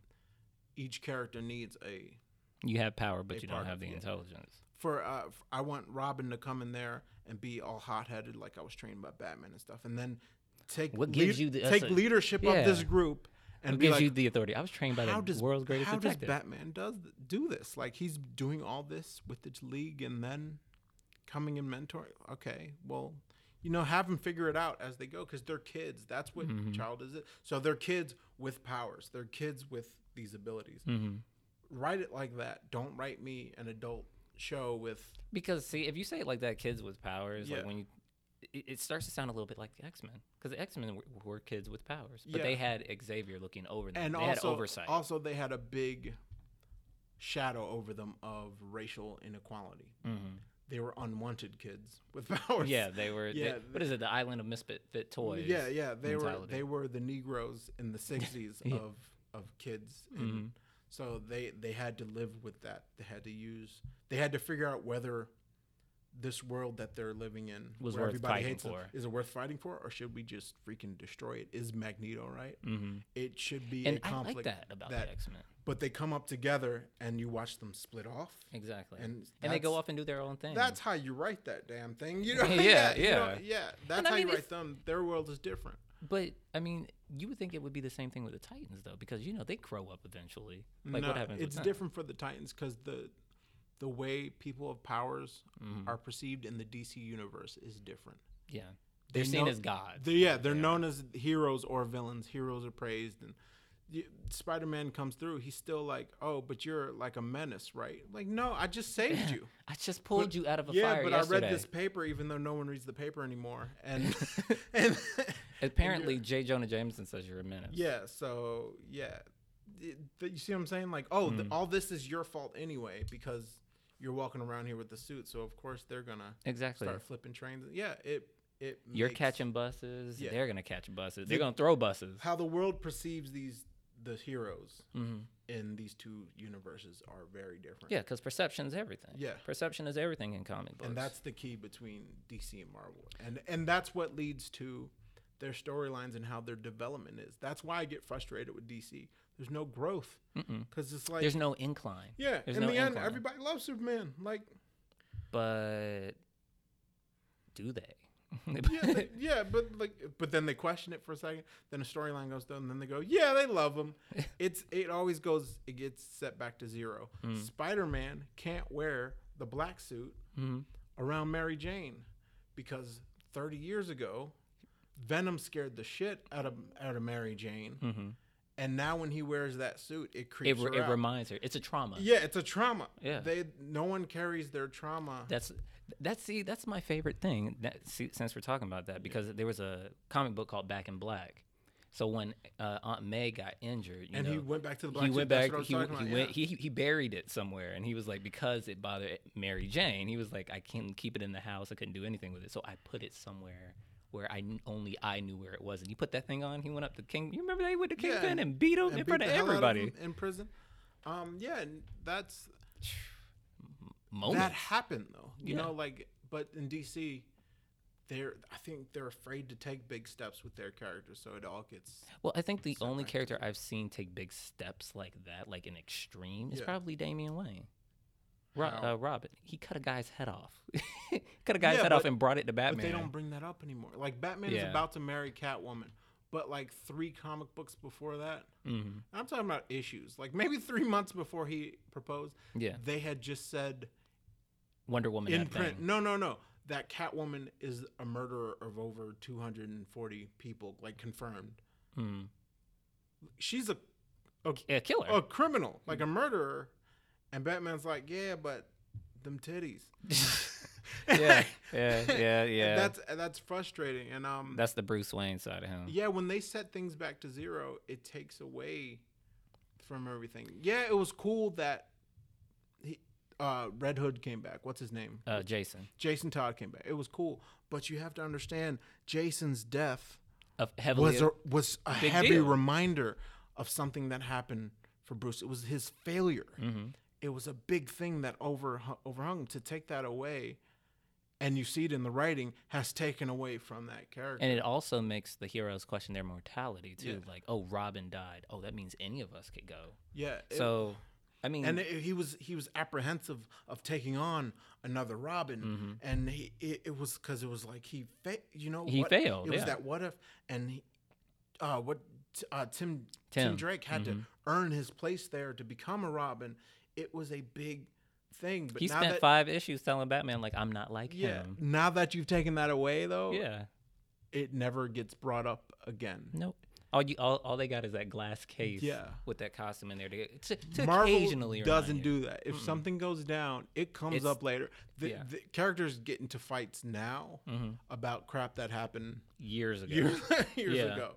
Speaker 2: each character needs a
Speaker 1: You have power, but
Speaker 2: a
Speaker 1: you don't
Speaker 2: part
Speaker 1: have
Speaker 2: of
Speaker 1: the
Speaker 2: it.
Speaker 1: intelligence.
Speaker 2: for uh, f- I want Robin to come in there and be all hot headed like I was trained by Batman and stuff, and then take
Speaker 1: What gives you the- that's
Speaker 2: take
Speaker 1: a-
Speaker 2: leadership of this
Speaker 1: yeah.
Speaker 2: group and
Speaker 1: It
Speaker 2: be
Speaker 1: gives
Speaker 2: like,
Speaker 1: you the authority. I was trained by
Speaker 2: how
Speaker 1: the
Speaker 2: does
Speaker 1: world's greatest
Speaker 2: how
Speaker 1: detective.
Speaker 2: does Batman does th- do this? Like he's doing all this with the league and then coming and mentoring. Okay, well. You know, have them figure it out as they go because they're kids. That's what
Speaker 1: Mm-hmm.
Speaker 2: child is. It so they're kids with powers. They're kids with these abilities.
Speaker 1: Mhm.
Speaker 2: Write it like that. Don't write me an adult show with
Speaker 1: Because see, if you say it like that, kids with powers,
Speaker 2: Yeah.
Speaker 1: like when you, it, it starts to sound a little bit like the X Men, because the X Men were, were kids with powers, but they
Speaker 2: Yeah.
Speaker 1: had Xavier looking over them.
Speaker 2: and
Speaker 1: they
Speaker 2: also
Speaker 1: had oversight.
Speaker 2: also they had a big shadow over them of racial inequality. They were unwanted kids with powers.
Speaker 1: Mm. Mm-hmm. yeah, they were. they-
Speaker 2: Yeah,
Speaker 1: what is it? The Island of Misfit Fit Toys.
Speaker 2: yeah, yeah. They were
Speaker 1: mentality.
Speaker 2: they were the Negroes in the sixties of of kids, and
Speaker 1: Mm-hmm.
Speaker 2: so they they had to live with that. They had to use. They had to figure out whether this world that they're living in
Speaker 1: Was
Speaker 2: where
Speaker 1: worth
Speaker 2: everybody
Speaker 1: fighting
Speaker 2: hates them,
Speaker 1: for.
Speaker 2: is it worth fighting for or should we just freaking destroy it is magneto right
Speaker 1: Mm-hmm.
Speaker 2: it should be
Speaker 1: And
Speaker 2: a
Speaker 1: I
Speaker 2: conflict
Speaker 1: like that about
Speaker 2: that-
Speaker 1: the X Men.
Speaker 2: but they come up together and you watch them split off.
Speaker 1: Exactly.
Speaker 2: and
Speaker 1: And, they go
Speaker 2: that's-
Speaker 1: off and do their own thing.
Speaker 2: That's how you write that damn thing. You know?
Speaker 1: Yeah,
Speaker 2: you know,
Speaker 1: yeah.
Speaker 2: yeah. That's
Speaker 1: I
Speaker 2: how
Speaker 1: mean,
Speaker 2: you
Speaker 1: if-
Speaker 2: write them. Their world is different.
Speaker 1: But I mean, you would think it would be the same thing with the Titans, though, because you know they grow up eventually. Like
Speaker 2: no,
Speaker 1: what happens?
Speaker 2: it's
Speaker 1: with them?
Speaker 2: different for the Titans because the the way people of powers
Speaker 1: Mm-hmm.
Speaker 2: are perceived in the DC universe is different.
Speaker 1: Yeah, they're
Speaker 2: They
Speaker 1: seen
Speaker 2: know-
Speaker 1: as gods.
Speaker 2: They're, yeah, they're known as heroes or villains. Heroes are praised, and you, Spider-Man comes through. He's still like, "Oh, but you're like a menace, right?" Like, no, I just saved you.
Speaker 1: I just pulled you out of a
Speaker 2: yeah,
Speaker 1: fire
Speaker 2: but
Speaker 1: yesterday.
Speaker 2: I read this paper, even though no one reads the paper anymore, and and
Speaker 1: Apparently, J. Jonah Jameson says you're a menace.
Speaker 2: yeah, so yeah, It- th- you see what I'm saying? Like, oh,
Speaker 1: Hmm.
Speaker 2: th- all this is your fault anyway because you're walking around here with the suit, so of course they're gonna
Speaker 1: exactly.
Speaker 2: start flipping trains. Yeah, it it
Speaker 1: You're
Speaker 2: makes-
Speaker 1: catching buses.
Speaker 2: Yeah.
Speaker 1: They're gonna catch buses. They're gonna throw buses.
Speaker 2: how the world perceives these the heroes in these two universes are very different.
Speaker 1: Mm-hmm. Yeah, because perception's everything.
Speaker 2: Yeah.
Speaker 1: perception is everything in comic books.
Speaker 2: and that's the key between DC and Marvel, and and that's what leads to their storylines and how their development is. That's why I get frustrated with DC. There's no growth because it's like
Speaker 1: there's no incline.
Speaker 2: yeah.
Speaker 1: there's
Speaker 2: in
Speaker 1: no
Speaker 2: the end,
Speaker 1: incline.
Speaker 2: everybody loves Superman. Like
Speaker 1: but do they?
Speaker 2: yeah, they- yeah, but like but then they question it for a second. Then a storyline goes down, and then they go yeah, they love him. it's it always goes it gets set back to zero.
Speaker 1: Hmm.
Speaker 2: Spider Man can't wear the black suit
Speaker 1: Mhm.
Speaker 2: around Mary Jane because 30 years ago, Venom scared the shit out of out of Mary Jane, and now when he wears that suit, it
Speaker 1: Mm-hmm. It,
Speaker 2: creeps
Speaker 1: re-
Speaker 2: her
Speaker 1: it
Speaker 2: out.
Speaker 1: reminds her. It's a trauma.
Speaker 2: yeah, it's a trauma.
Speaker 1: Yeah.
Speaker 2: they no one carries their trauma.
Speaker 1: That's that's see that's my favorite thing. That see, since we're talking about that, because there was a comic book called Back in Black. So when uh, Aunt May got injured, you
Speaker 2: and
Speaker 1: know,
Speaker 2: he went back to the black
Speaker 1: he
Speaker 2: suit.
Speaker 1: went
Speaker 2: That's
Speaker 1: back.
Speaker 2: what I was
Speaker 1: He,
Speaker 2: talking about,
Speaker 1: he
Speaker 2: yeah.
Speaker 1: went. He he buried it somewhere, and he was like, because it bothered Mary Jane. He was like, I can't keep it in the house. I couldn't do anything with it, so I put it somewhere where I kn- only I knew where it was. And he put that thing on. He went up to King. You remember they went to
Speaker 2: Yeah,
Speaker 1: Kingpin and beat him in
Speaker 2: and beat
Speaker 1: front of
Speaker 2: the hell out
Speaker 1: everybody.
Speaker 2: him in prison. Um, yeah, and that's
Speaker 1: Moment.
Speaker 2: that happened though. You
Speaker 1: Yeah.
Speaker 2: know, like but in DC, they're I think they're afraid to take big steps with their characters, so it all gets
Speaker 1: Well, I think the only character I've seen take big steps like that, like an extreme, is
Speaker 2: Yeah.
Speaker 1: probably Damian Wayne. Ro-
Speaker 2: How?
Speaker 1: uh, Robin, he cut a guy's head off. cut a guy's
Speaker 2: Yeah,
Speaker 1: head off
Speaker 2: but-
Speaker 1: and brought it to
Speaker 2: But
Speaker 1: Batman.
Speaker 2: they don't bring that up anymore. Like Batman
Speaker 1: Yeah.
Speaker 2: is about to marry Catwoman, but like three comic books before that,
Speaker 1: Mhm.
Speaker 2: I'm talking about issues. Like maybe three months before he proposed,
Speaker 1: Yeah. Oh
Speaker 2: they had just said
Speaker 1: Wonder Woman
Speaker 2: in
Speaker 1: that
Speaker 2: print.
Speaker 1: thing.
Speaker 2: No, no, no. That Catwoman is a murderer of over 240 people, like confirmed.
Speaker 1: Mm.
Speaker 2: She's a
Speaker 1: Yeah, killer.
Speaker 2: a criminal, like a
Speaker 1: Mm.
Speaker 2: murderer, and Batman's like, yeah, but them titties.
Speaker 1: yeah, yeah, yeah, yeah.
Speaker 2: And
Speaker 1: That's
Speaker 2: that's and that's frustrating. And um,
Speaker 1: that's the Bruce Wayne side of him.
Speaker 2: yeah, when they set things back to zero, it takes away from everything. Yeah, it was cool that he, uh, Red Hood came back. What's his name?
Speaker 1: Uh, Jason
Speaker 2: Jason Todd came back. It was cool, but you have to understand Jason's death
Speaker 1: of heavily.
Speaker 2: was a, was a
Speaker 1: Big
Speaker 2: heavy
Speaker 1: deal.
Speaker 2: reminder of something that happened for Bruce. It was his failure.
Speaker 1: Mm-hmm.
Speaker 2: It was a big thing that over overhung him. to take that away, and you see it in the writing has taken away from that character.
Speaker 1: and it also makes the heroes question their mortality too.
Speaker 2: Yeah.
Speaker 1: Like, oh, Robin died. Oh, that means any of us could go.
Speaker 2: yeah. it-
Speaker 1: So, I mean,
Speaker 2: and it- he was he was apprehensive of taking on another Robin,
Speaker 1: Mm-hmm.
Speaker 2: and he, it, it was because it was like he fa- you know
Speaker 1: He
Speaker 2: what?
Speaker 1: failed,
Speaker 2: It was
Speaker 1: yeah.
Speaker 2: that what if and he, uh, what t- uh, Tim, Tim
Speaker 1: Tim, Mm-hmm.
Speaker 2: Drake had to earn his place there to become a Robin. It was a big thing, but
Speaker 1: he
Speaker 2: now
Speaker 1: spent
Speaker 2: that
Speaker 1: five issues telling Batman like, I'm not like
Speaker 2: yeah, Oh.
Speaker 1: him.
Speaker 2: now that you've taken that away though,
Speaker 1: Yeah.
Speaker 2: it never gets brought up again.
Speaker 1: Nope. All you all, all they got is that glass case.
Speaker 2: Yeah.
Speaker 1: With that costume in there to, to, to occasionally
Speaker 2: Marvel
Speaker 1: remind
Speaker 2: doesn't
Speaker 1: you.
Speaker 2: do that. If something goes down, it comes
Speaker 1: It's-
Speaker 2: up later. The,
Speaker 1: yeah. Mm-hmm.
Speaker 2: the characters get into fights now about crap that happened
Speaker 1: years ago.
Speaker 2: years, years
Speaker 1: Yeah.
Speaker 2: ago.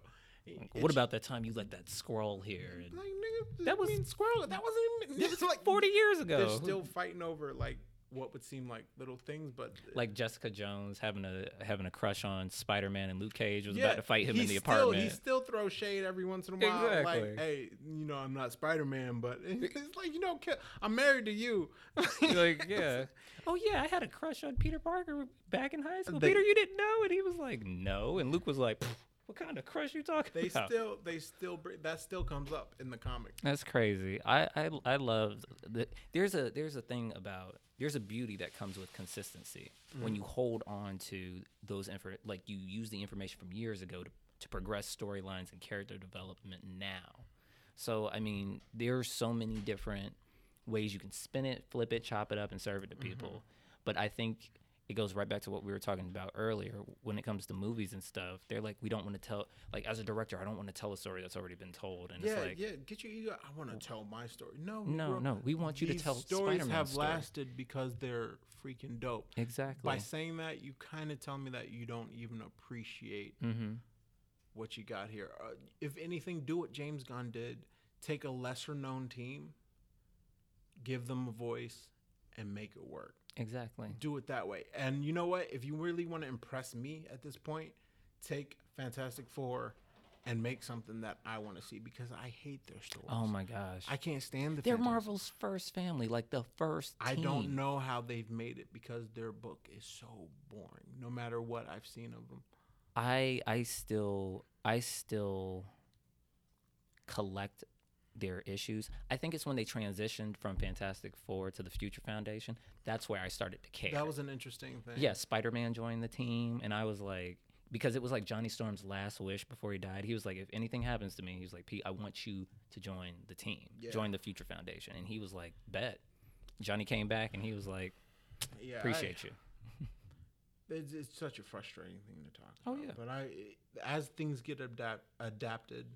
Speaker 1: What about that time you let that squirrel here? And
Speaker 2: Like, nigga,
Speaker 1: That
Speaker 2: that was
Speaker 1: was-
Speaker 2: mean, squirrel. That wasn't even. It's like
Speaker 1: Forty years ago.
Speaker 2: They're still fighting over like what would seem like little things, but
Speaker 1: like Jessica Jones having a having a crush on Spider Man and Luke Cage was
Speaker 2: yeah,
Speaker 1: about to fight him
Speaker 2: he
Speaker 1: in the
Speaker 2: still-
Speaker 1: apartment.
Speaker 2: He still throws shade every once in a while. Like,
Speaker 1: Exactly.
Speaker 2: hey, you know, I'm not Spider Man, but it's like you know, ki- I'm married to you.
Speaker 1: like, yeah. Oh yeah, I had a crush on Peter Parker back in high school.
Speaker 2: They-
Speaker 1: Peter, you didn't know, and he was like, no, and Luke was like, "Pff, what kind of crush you talking
Speaker 2: They
Speaker 1: about?
Speaker 2: still, they still, br- that still comes up in the comic.
Speaker 1: That's crazy. I I, I love the, there's a there's a thing about there's a beauty that comes with consistency when you hold on to those info like you use the information from years ago to, to progress storylines and character development now. So I mean, there's so many different ways you can spin it, flip it, chop it up, and serve it to people. But I think it goes right back to what we were talking about earlier when it comes to movies and stuff. They're like, we don't want to tell like as a director, I don't want to tell a story that's already been told. And
Speaker 2: Yeah,
Speaker 1: it's like
Speaker 2: yeah. Get your ego. I want to tell my story. No,
Speaker 1: No,
Speaker 2: Negro.
Speaker 1: no, we want you to
Speaker 2: These
Speaker 1: tell
Speaker 2: stories
Speaker 1: Spider-Man's
Speaker 2: have
Speaker 1: story.
Speaker 2: lasted because they're freaking dope.
Speaker 1: Exactly.
Speaker 2: By saying that, you kind of tell me that you don't even appreciate
Speaker 1: Mm-hmm.
Speaker 2: what you got here. Uh, if anything, do what James Gunn did: take a lesser-known team, give them a voice, and make it work.
Speaker 1: exactly.
Speaker 2: Do it that way. And you know what? If you really want to impress me at this point, take Fantastic Four. And make something that I want to see because I hate their stories.
Speaker 1: Oh my gosh.
Speaker 2: I can't stand the.
Speaker 1: They're
Speaker 2: Fantastic-
Speaker 1: Marvel's first family, like the first
Speaker 2: I
Speaker 1: team.
Speaker 2: don't know how they've made it because their book is so boring. No matter what I've seen of them,
Speaker 1: I I still I still collect their issues. I think it's when they transitioned from Fantastic Four to the Future Foundation. That's where I started to care.
Speaker 2: that was an interesting thing.
Speaker 1: yeah, Spider Man joined the team, and I was like, because it was like Johnny Storm's last wish before he died. He was like, if anything happens to me, he was like, Pete, I want you to join the team,
Speaker 2: Yeah.
Speaker 1: join the Future Foundation. And he was like, bet. Johnny came back, and he was like,
Speaker 2: yeah,
Speaker 1: appreciate you.
Speaker 2: I, it's, it's such a frustrating thing to talk.
Speaker 1: Oh,
Speaker 2: about.
Speaker 1: yeah.
Speaker 2: But I, as things get adapt, adapted,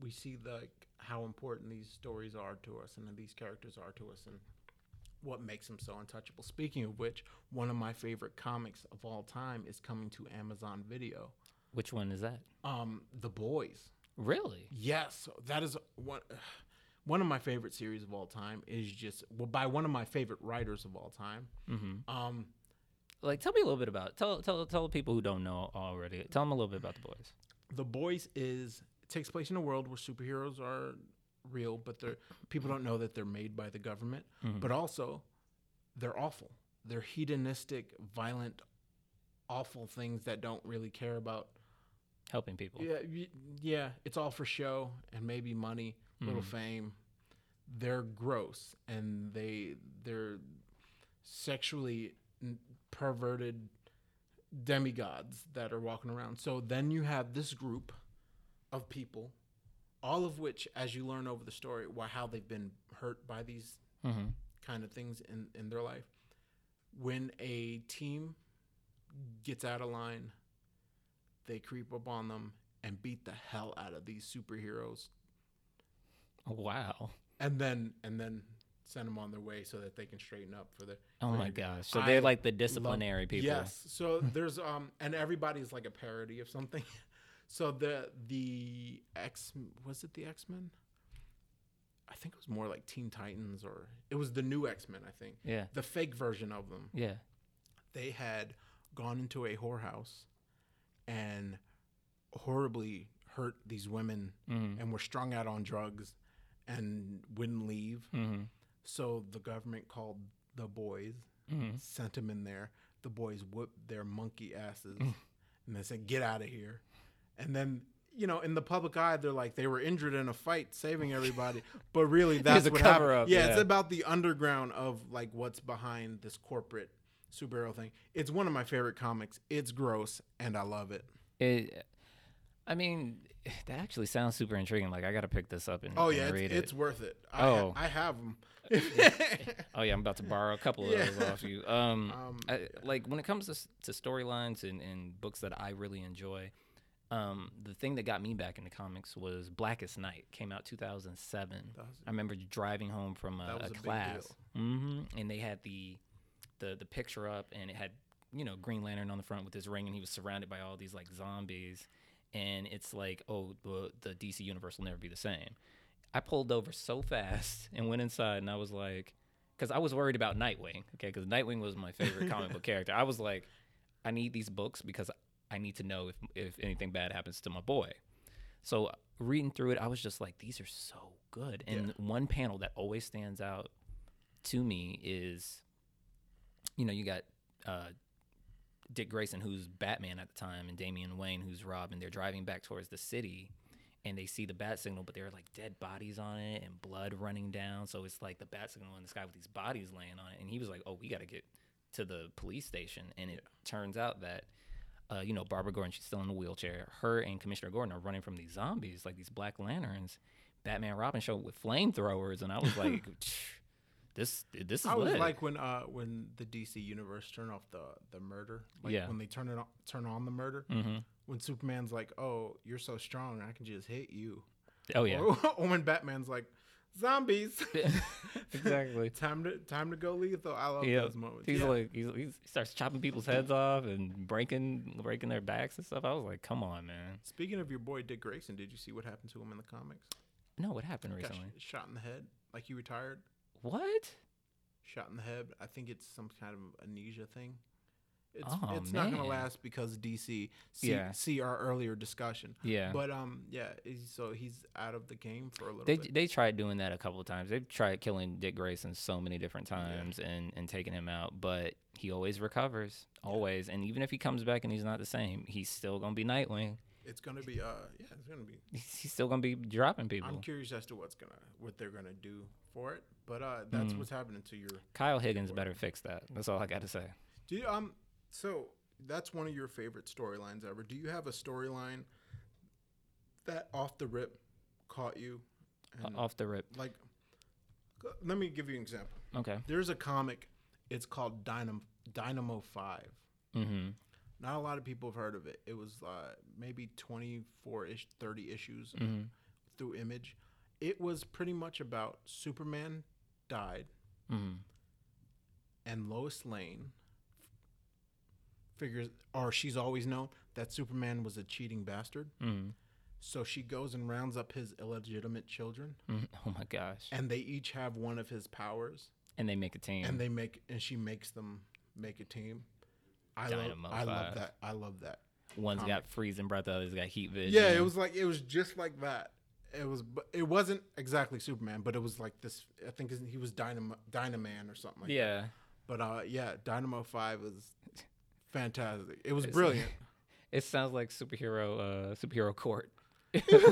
Speaker 2: we see like how important these stories are to us and these characters are to us and what makes them so untouchable. Speaking of which, one of my favorite comics of all time is coming to Amazon Video.
Speaker 1: Which one is that?
Speaker 2: Um, The Boys.
Speaker 1: Really?
Speaker 2: Yes, that is one one of my favorite series of all time. Is just well by one of my favorite writers of all time. Mm-hmm. Um,
Speaker 1: Like, tell me a little bit about. Tell tell tell people who don't know already. Tell them a little bit about the boys.
Speaker 2: the Boys is takes place in a world where superheroes are real, but they're people don't know that they're made by the government. But also, they're awful. They're hedonistic, violent, awful things that don't really care about
Speaker 1: Helping people.
Speaker 2: Yeah, y- yeah, it's all for show and maybe money, little fame. They're gross and they they're sexually n- perverted demigods that are walking around. So then you have this group of people, all of which, as you learn over the story, why how they've been hurt by these
Speaker 1: Mhm.
Speaker 2: kind of things in in their life, when a team gets out of line, they creep up on them and beat the hell out of these superheroes,
Speaker 1: Wow.
Speaker 2: and then and then send them on their way so that they can straighten up for their.
Speaker 1: Oh my
Speaker 2: Like,
Speaker 1: gosh. So
Speaker 2: I
Speaker 1: they're like the
Speaker 2: love-
Speaker 1: disciplinary people. Hmm.
Speaker 2: Yes. So there's um and everybody's like a parody of something. So the the X was it the X Men? I think it was more like Teen Titans or it was the new X Men. I think
Speaker 1: Yeah.
Speaker 2: the fake version of them.
Speaker 1: Yeah.
Speaker 2: They had gone into a whorehouse and horribly hurt these women
Speaker 1: Mm-hmm.
Speaker 2: and were strung out on drugs and wouldn't leave.
Speaker 1: Mm-hmm.
Speaker 2: So the government called the boys
Speaker 1: Mm-hmm.
Speaker 2: sent them in there. The boys whipped their monkey asses
Speaker 1: Mm.
Speaker 2: and they said, Get out of here. And then, you know, in the public eye, they're like, they were injured in a fight, saving everybody. but really, that's
Speaker 1: a
Speaker 2: what happened.
Speaker 1: cover-up,
Speaker 2: yeah, it's
Speaker 1: yeah.
Speaker 2: about the underground of like what's behind this corporate superhero thing. It's one of my favorite comics. It's gross and I love it.
Speaker 1: It, I mean, that actually sounds super intriguing. Like I gotta pick this up and,
Speaker 2: Oh,
Speaker 1: and
Speaker 2: yeah,
Speaker 1: read
Speaker 2: it's,
Speaker 1: it.
Speaker 2: it's worth it. I, ha-
Speaker 1: Oh.
Speaker 2: I have them.
Speaker 1: Oh yeah, I'm about to borrow a couple of
Speaker 2: Yeah.
Speaker 1: those off you. Um,
Speaker 2: Um,
Speaker 1: I, like when it comes to, s- to storylines and, and books that I really enjoy, um, the thing that got me back into comics was Blackest Night. Came out 2007. I remember driving home from
Speaker 2: That
Speaker 1: a,
Speaker 2: was
Speaker 1: a
Speaker 2: a big
Speaker 1: class, hmm and they had the, the the picture up, and it had you know Green Lantern on the front with his ring, and he was surrounded by all these like zombies, and it's like, oh, the, the DC universe will never be the same. I pulled over so fast and went inside, and I was like, because I was worried about Nightwing, okay, because Nightwing was my favorite comic book character. I was like, I need these books because I need to know if if anything bad happens to my boy. So reading through it, I was just like, these are so good. And one panel that always stands out to me is, you know, you got uh, Dick Grayson, who's Batman at the time, and Damian Wayne, who's Robin. They're driving back towards the city, and they see the bat signal, but there are like dead bodies on it and blood running down. So it's like the bat signal in the sky with these bodies laying on it. And he was like, "Oh, we got to get to the police station." And it turns out that uh, you know, Barbara Gordon, she's still in the wheelchair. Her and Commissioner Gordon are running from these zombies, like these black lanterns. Batman and Robin show up with flamethrowers, and I was like, "Tch, this this is
Speaker 2: I was
Speaker 1: lit."
Speaker 2: like when uh when the DC universe turned off the the murder, like
Speaker 1: Yeah.
Speaker 2: when they turn it on, turn on the murder.
Speaker 1: Mhm.
Speaker 2: When Superman's like, "Oh, you're so strong, I can just hit you,"
Speaker 1: oh yeah,
Speaker 2: or, or when Batman's like, "Zombies,
Speaker 1: exactly.
Speaker 2: time to time to go lethal." I love
Speaker 1: Yeah,
Speaker 2: those moments.
Speaker 1: he's
Speaker 2: Yeah.
Speaker 1: like he's, he's, he starts chopping people's heads off and breaking breaking their backs and stuff. I was like, come on, man.
Speaker 2: Speaking of your boy Dick Grayson, did you see what happened to him in the comics?
Speaker 1: No, what happened
Speaker 2: Got
Speaker 1: recently?
Speaker 2: sh- shot in the head, like he retired.
Speaker 1: What?
Speaker 2: Shot in the head. I think it's some kind of amnesia thing. It's,
Speaker 1: Oh,
Speaker 2: it's not gonna
Speaker 1: man.
Speaker 2: last because DC. See,
Speaker 1: Yeah.
Speaker 2: see our earlier discussion.
Speaker 1: Yeah.
Speaker 2: But um, yeah. he's- So he's out of the game for a little
Speaker 1: they
Speaker 2: bit.
Speaker 1: they tried doing that a couple of times. They've tried killing Dick Grayson so many different times and and taking him out, but he always recovers, always. And even if he comes back and he's not the same, he's still gonna be Nightwing.
Speaker 2: It's gonna be uh, yeah. It's gonna be.
Speaker 1: He's, he's still gonna be dropping
Speaker 2: I'm
Speaker 1: people.
Speaker 2: curious as to what's gonna what they're gonna do for it. But uh, that's
Speaker 1: Mm-hmm.
Speaker 2: what's happening to your.
Speaker 1: Kyle Higgins better fix that. That's all I got to say.
Speaker 2: Do you, um. So that's one of your favorite storylines ever. Do you have a storyline that off the rip caught you?
Speaker 1: O- Off the rip.
Speaker 2: Like, c- let me give you an example.
Speaker 1: Okay.
Speaker 2: There's a comic. It's called Dynam- Dynamo Five.
Speaker 1: Mm-hmm.
Speaker 2: Not a lot of people have heard of it. It was uh, maybe 24 ish, 30 issues
Speaker 1: Mm. Mm-hmm.
Speaker 2: through Image. It was pretty much about Superman died
Speaker 1: Mm-hmm.
Speaker 2: and Lois Lane figures, or she's always known that Superman was a cheating bastard.
Speaker 1: Mm-hmm.
Speaker 2: So she goes and rounds up his illegitimate children,
Speaker 1: Oh my gosh.
Speaker 2: and they each have one of his powers,
Speaker 1: And they make a team.
Speaker 2: and they make, and she makes them make a team. I
Speaker 1: Dynamo
Speaker 2: love, I
Speaker 1: Five.
Speaker 2: love that. I love that.
Speaker 1: One's got freezing breath, the other's got heat vision.
Speaker 2: Yeah, it was like it was just like that. It was, but it wasn't exactly Superman, but it was like this. I think his- he was Dynamo, Dynaman or something like. that.
Speaker 1: Yeah.
Speaker 2: But uh, yeah, Dynamo Five was fantastic. It was
Speaker 1: It's-
Speaker 2: brilliant.
Speaker 1: It sounds like superhero uh, superhero court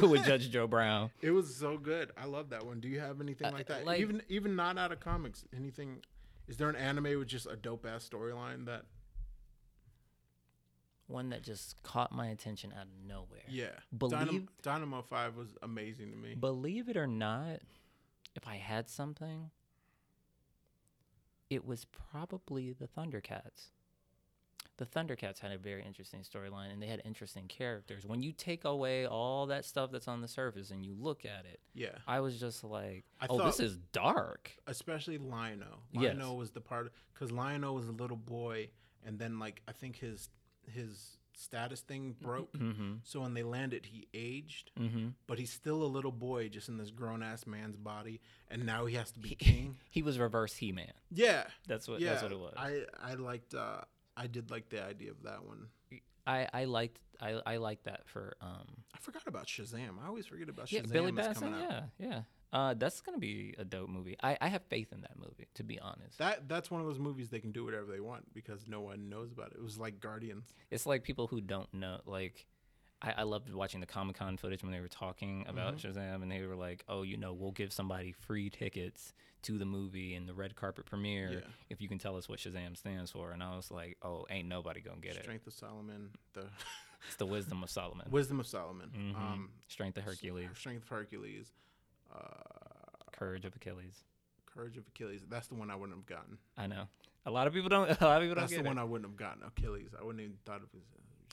Speaker 1: with Judge Joe Brown.
Speaker 2: It was so good. I love that one. Do you have anything like that?
Speaker 1: Uh, like-
Speaker 2: even even not out of comics. Anything? Is there an anime with just a dope ass storyline that?
Speaker 1: one that just caught my attention out of nowhere.
Speaker 2: Yeah, Dynamo,
Speaker 1: Believe-
Speaker 2: Dynamo Five was amazing to me.
Speaker 1: Believe it or not, if I had something, it was probably the Thundercats. The Thundercats had a very interesting storyline and they had interesting characters. When you take away all that stuff that's on the surface and you look at it,
Speaker 2: Yeah.
Speaker 1: I was just like,
Speaker 2: I
Speaker 1: oh, this
Speaker 2: thought-
Speaker 1: is dark.
Speaker 2: especially Lionel.
Speaker 1: Yes.
Speaker 2: Lionel was the part because Lionel was a little boy, and then like I think his his status thing broke.
Speaker 1: Mm-hmm.
Speaker 2: So when they landed, he aged,
Speaker 1: Mm-hmm.
Speaker 2: but he's still a little boy, just in this grown ass man's body, and now he has to be king.
Speaker 1: He was reverse He Man.
Speaker 2: Yeah,
Speaker 1: That's what
Speaker 2: yeah.
Speaker 1: that's what it was.
Speaker 2: I I liked. uh I did like the idea of that one.
Speaker 1: I, I liked I, I liked that for um
Speaker 2: I forgot about Shazam. I always forget about
Speaker 1: yeah,
Speaker 2: Shazam.
Speaker 1: Billy
Speaker 2: that's
Speaker 1: Batson,
Speaker 2: coming out.
Speaker 1: yeah, yeah. Uh, that's gonna be a dope movie. I, I have faith in that movie, to be honest.
Speaker 2: That that's one of those movies they can do whatever they want because no one knows about it. It was like Guardians.
Speaker 1: it's like people who don't know like I, I loved watching the Comic Con footage when they were talking about
Speaker 2: Mm-hmm.
Speaker 1: Shazam and they were like, Oh, you know, we'll give somebody free tickets to the movie and the red carpet premiere
Speaker 2: Yeah.
Speaker 1: if you can tell us what Shazam stands for and I was like, Oh, ain't nobody gonna get it.
Speaker 2: Strength of Solomon. The
Speaker 1: It's the wisdom of Solomon.
Speaker 2: Wisdom of Solomon.
Speaker 1: Mhm.
Speaker 2: Um,
Speaker 1: Strength of Hercules,
Speaker 2: Strength of Hercules. Uh,
Speaker 1: courage of Achilles.
Speaker 2: Courage of Achilles. That's the one I wouldn't have gotten.
Speaker 1: I know. A lot of people don't a lot of people don't
Speaker 2: That's the
Speaker 1: get
Speaker 2: one
Speaker 1: it.
Speaker 2: I wouldn't have gotten. Achilles. I wouldn't even thought it was.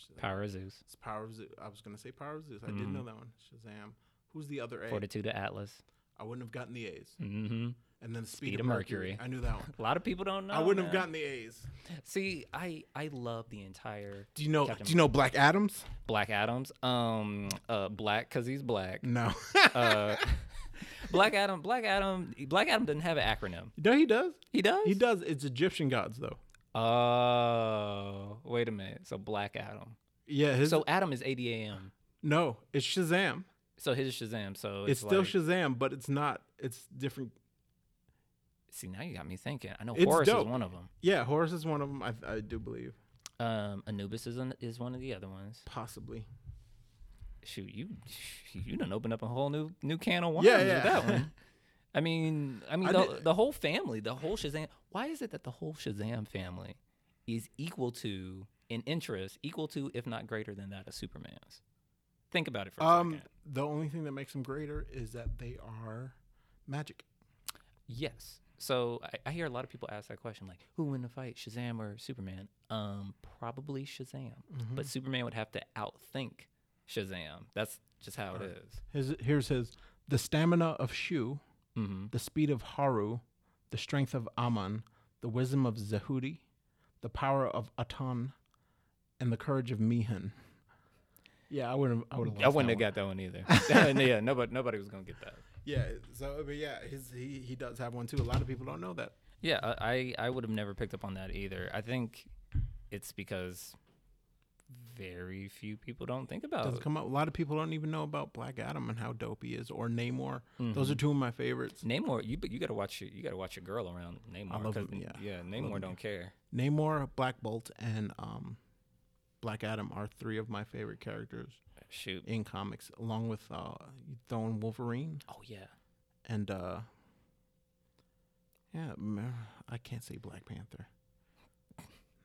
Speaker 2: Shazam.
Speaker 1: Power of Zeus.
Speaker 2: It's Power Mm-hmm. of Zeus. I was gonna say Power of Zeus. I did know that one. Shazam. Who's the other A?
Speaker 1: Fortitude of Atlas.
Speaker 2: I wouldn't have gotten the A's.
Speaker 1: Mm-hmm.
Speaker 2: And then Hmm. Speed,
Speaker 1: Speed
Speaker 2: of
Speaker 1: of
Speaker 2: Mercury.
Speaker 1: Mercury.
Speaker 2: I knew that one.
Speaker 1: A lot of people don't know.
Speaker 2: I wouldn't have
Speaker 1: Oh, man.
Speaker 2: gotten the A's.
Speaker 1: See, I I love the entire
Speaker 2: Do you know?
Speaker 1: Captain-
Speaker 2: Do you know Black Adams?
Speaker 1: Black Adams. Um, uh, black because he's black.
Speaker 2: No.
Speaker 1: Uh, Black Adam. Black Adam. Black Adam doesn't have an acronym.
Speaker 2: no, he does.
Speaker 1: He does.
Speaker 2: He does. It's Egyptian gods though.
Speaker 1: Oh, wait a minute. So Black Adam.
Speaker 2: Yeah. His,
Speaker 1: So Adam is ADAM.
Speaker 2: no, it's Shazam.
Speaker 1: So his is Shazam. So
Speaker 2: It's,
Speaker 1: it's,
Speaker 2: still
Speaker 1: like-
Speaker 2: Shazam, but it's not. It's different.
Speaker 1: See, now you got me thinking. I know
Speaker 2: It's
Speaker 1: Horus
Speaker 2: dope.
Speaker 1: is one of them.
Speaker 2: Yeah, Horus is one of them. I, I do believe,
Speaker 1: Um, Anubis is, an, is one of the other ones.
Speaker 2: possibly.
Speaker 1: Shoot, you you done opened up a whole new new can of worms
Speaker 2: Yeah,
Speaker 1: with
Speaker 2: yeah.
Speaker 1: that one. I mean, I mean
Speaker 2: I
Speaker 1: the,
Speaker 2: did-
Speaker 1: the whole family, the whole Shazam. Why is it that the whole Shazam family is equal to in interest, equal to if not greater than that of Superman's? Think about it for a
Speaker 2: Um,
Speaker 1: second.
Speaker 2: the only thing that makes them greater is that they are magic.
Speaker 1: Yes. So I, I hear a lot of people ask that question, like, who win the fight, Shazam or Superman? Um, probably Shazam,
Speaker 2: Mm-hmm.
Speaker 1: but Superman would have to outthink Shazam. That's just how it is.
Speaker 2: His here's his the stamina of Shu,
Speaker 1: Mm-hmm.
Speaker 2: the speed of Haru, the strength of Aman, the wisdom of Zehudi, the power of Atan, and the courage of Mihan. Yeah, I would have. I would have.
Speaker 1: I wouldn't have got that one either. That one- yeah, nobody, nobody was gonna get that.
Speaker 2: Yeah. So, but yeah, his he he does have one too. A lot of people don't know that.
Speaker 1: Yeah, I, I I would have never picked up on that either. I think it's because very few people don't think about.
Speaker 2: doesn't
Speaker 1: it.
Speaker 2: come up. A lot of people don't even know about Black Adam and how dope he is, or Namor. Those
Speaker 1: Mm-hmm.
Speaker 2: are two of my favorites.
Speaker 1: Namor, you but you gotta watch your you gotta watch your girl around Namor.
Speaker 2: love
Speaker 1: 'cause-
Speaker 2: him, yeah. I
Speaker 1: Namor don't care.
Speaker 2: Namor, Black Bolt, and um, Black Adam are three of my favorite characters
Speaker 1: Shoot.
Speaker 2: in comics, along with uh, you throw in Wolverine
Speaker 1: Oh yeah.
Speaker 2: and uh, yeah, Mar- I can't say Black Panther.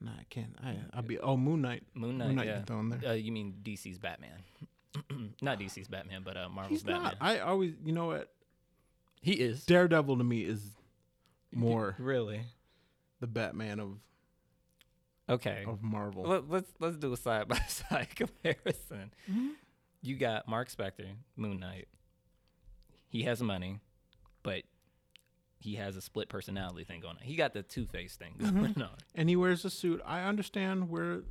Speaker 2: No, I can't. I I'd be oh Moon Knight.
Speaker 1: Moon Knight.
Speaker 2: Moon Knight, you
Speaker 1: yeah.
Speaker 2: throw in there.
Speaker 1: Uh, you mean DC's Batman? not DC's Batman, but uh, Marvel's
Speaker 2: He's
Speaker 1: Batman.
Speaker 2: not. I always, you know what?
Speaker 1: he is
Speaker 2: Daredevil to me is more
Speaker 1: really
Speaker 2: the Batman of
Speaker 1: okay.
Speaker 2: of Marvel.
Speaker 1: Let, let's let's do a side by side comparison.
Speaker 2: Mm-hmm.
Speaker 1: You got Mark Spector, Moon Knight. He has money, but he has a split personality thing going on. He got the Two Face thing
Speaker 2: Mm-hmm.
Speaker 1: going on.
Speaker 2: and he wears a suit. I understand where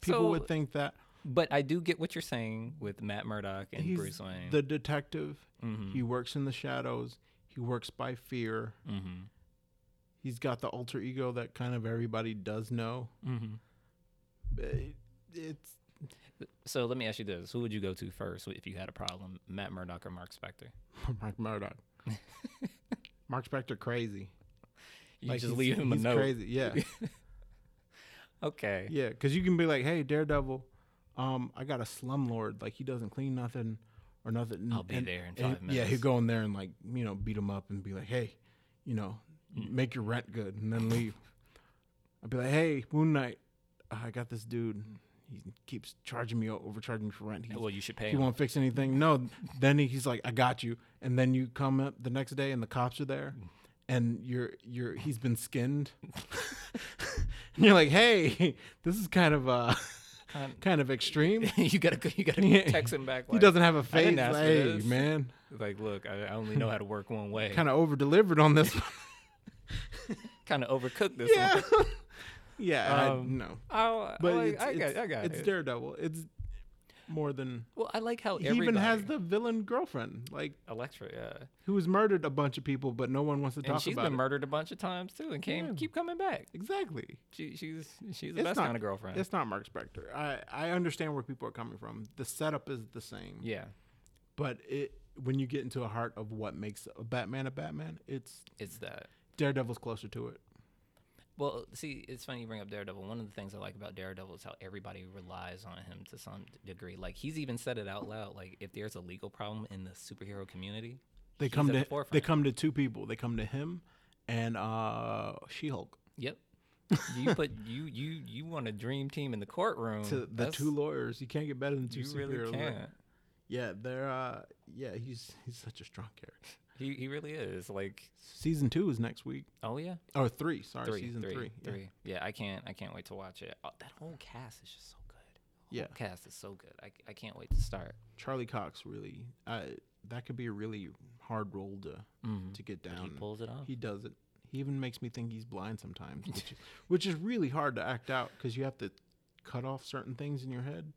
Speaker 2: people
Speaker 1: So-
Speaker 2: would think that
Speaker 1: But I do get what you're saying with Matt Murdock and
Speaker 2: he's
Speaker 1: Bruce Wayne.
Speaker 2: the detective.
Speaker 1: Mm.
Speaker 2: He works in the shadows. He works by fear.
Speaker 1: mm-hmm.
Speaker 2: He's got the alter ego that kind of everybody does know.
Speaker 1: Mm-hmm.
Speaker 2: It- It's
Speaker 1: So let me ask you this: Who would you go to first if you had a problem, Matt Murdock or Mark Spector?
Speaker 2: Mark Murdoch. Mark Spector crazy.
Speaker 1: You
Speaker 2: Like,
Speaker 1: just
Speaker 2: he's-
Speaker 1: leave him a
Speaker 2: he's
Speaker 1: note.
Speaker 2: Crazy, yeah,
Speaker 1: Okay.
Speaker 2: yeah. Because you can be like, "Hey, Daredevil, um, I got a slumlord. Like he doesn't clean nothing or nothing."
Speaker 1: I'll be
Speaker 2: and-
Speaker 1: there in
Speaker 2: and-
Speaker 1: five
Speaker 2: Yeah,
Speaker 1: minutes.
Speaker 2: he'd go in there and like you know beat him up and be like, "Hey, you know,
Speaker 1: Mm.
Speaker 2: make your rent good and then leave." I'd be like, "Hey, Moon Knight, I got this dude. He keeps charging me overcharging me for rent. He's,
Speaker 1: Well, you should pay
Speaker 2: he
Speaker 1: him.
Speaker 2: won't fix anything." No, then he, he's like, "I got you," and then you come up the next day and the cops are there, and you're you're he's been skinned. and you're like, hey, this is kind of uh
Speaker 3: Um,
Speaker 2: kind of extreme.
Speaker 1: you gotta you gotta
Speaker 2: Yeah.
Speaker 1: text him back.
Speaker 2: he
Speaker 1: Like,
Speaker 2: doesn't have a
Speaker 3: didn't
Speaker 2: face.
Speaker 3: ask for
Speaker 2: Hey,
Speaker 3: this.
Speaker 2: man,
Speaker 1: like look, I, I only know how to work one way.
Speaker 2: kind of over delivered on this. one.
Speaker 1: Kind of overcooked this
Speaker 2: yeah,
Speaker 1: one.
Speaker 2: yeah,
Speaker 1: Um,
Speaker 2: I, no.
Speaker 1: Oh,
Speaker 2: But
Speaker 1: like,
Speaker 2: it's,
Speaker 1: I
Speaker 2: it's,
Speaker 1: got, I got
Speaker 2: it's
Speaker 1: it.
Speaker 2: Daredevil. It's more than
Speaker 1: well, I like how
Speaker 2: he
Speaker 1: everybody
Speaker 2: even has the villain girlfriend, like
Speaker 1: Electra. Yeah,
Speaker 2: who has murdered a bunch of people, but no one wants to
Speaker 1: and
Speaker 2: talk
Speaker 1: she's
Speaker 2: about
Speaker 1: been
Speaker 2: it.
Speaker 1: murdered a bunch of times too, and came
Speaker 2: Yeah.
Speaker 1: keep coming back.
Speaker 2: exactly.
Speaker 1: She, she's she's the
Speaker 2: It's
Speaker 1: best
Speaker 2: not-
Speaker 1: kind of girlfriend.
Speaker 2: It's not Mark Spector. I I understand where people are coming from. The setup is the same.
Speaker 1: yeah,
Speaker 2: But it when you get into the heart of what makes a Batman a Batman, it's
Speaker 1: it's that.
Speaker 2: Daredevil's closer to it.
Speaker 1: Well, see, it's funny you bring up Daredevil. One of the things I like about Daredevil is how everybody relies on him to some degree. Like he's even said it out loud. Like if there's a legal problem in the superhero community,
Speaker 2: They
Speaker 1: he's
Speaker 2: come
Speaker 1: at
Speaker 2: to
Speaker 1: the forefront.
Speaker 2: they come to two people. They come to him and uh She-Hulk.
Speaker 1: Yep. you put you you you want a dream team in the courtroom.
Speaker 2: To the
Speaker 1: Mm, That's-
Speaker 2: two lawyers, you can't get better than two
Speaker 1: You really
Speaker 2: superheroes, right?
Speaker 1: can't.
Speaker 2: Yeah, they're uh yeah, he's he's such a strong character.
Speaker 1: He he really is like.
Speaker 2: Season 2 is next week.
Speaker 1: Oh yeah,
Speaker 2: Or 3, sorry,
Speaker 1: three,
Speaker 2: season 3.
Speaker 1: three,
Speaker 2: Yeah.
Speaker 1: three. Yeah. I can't I can't wait to watch it. Oh, that whole cast is just so good. The
Speaker 2: Yeah.
Speaker 1: whole cast is so good. I I can't wait to start.
Speaker 2: Charlie Cox really uh, that could be a really hard role to
Speaker 1: Mhm.
Speaker 2: to get
Speaker 1: But
Speaker 2: down.
Speaker 1: He pulls it off.
Speaker 2: He does it. He even makes me think he's blind sometimes, which, which is really hard to act out because you have to cut off certain things in your head.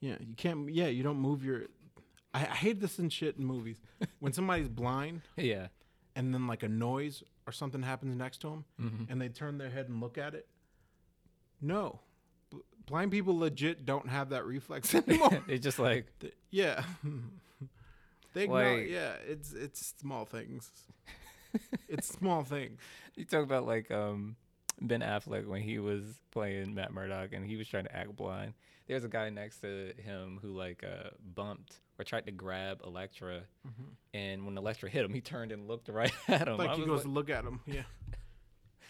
Speaker 2: Yeah, you can't. Yeah, you don't move your. I, I hate this in shit in movies when somebody's blind
Speaker 1: yeah.
Speaker 2: and then like a noise or something happens next to them and they turn their head and look at it. No, B- blind people legit don't have that reflex anymore.
Speaker 1: it's just like
Speaker 2: Th- yeah. they ignore,
Speaker 1: Like-
Speaker 2: yeah, it's it's small things. it's small things.
Speaker 1: you talk about like um Ben Affleck when he was playing Matt Murdock and he was trying to act blind. There's a guy next to him who like uh bumped or tried to grab Electra, and when Electra hit him, he turned and looked right at him. I
Speaker 2: Mm-hmm. Like he
Speaker 1: was
Speaker 2: goes
Speaker 1: like,
Speaker 2: to look at him. Yeah.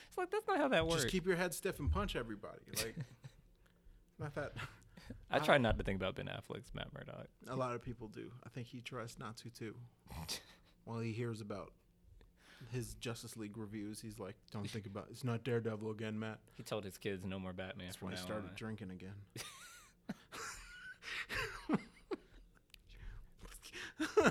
Speaker 1: it's like that's not how that works.
Speaker 2: Just keep your head stiff and punch everybody. Like not that
Speaker 1: I try not to think about Ben Affleck's Matt Murdock.
Speaker 2: a lot of people do. I think he tries not to too. While he hears about his Justice League reviews, he's like, "Don't think about it's not Daredevil again, Matt."
Speaker 1: He told his kids no more Batman
Speaker 2: That's
Speaker 1: from
Speaker 2: when I
Speaker 1: now
Speaker 2: started
Speaker 1: on.
Speaker 2: drinking again.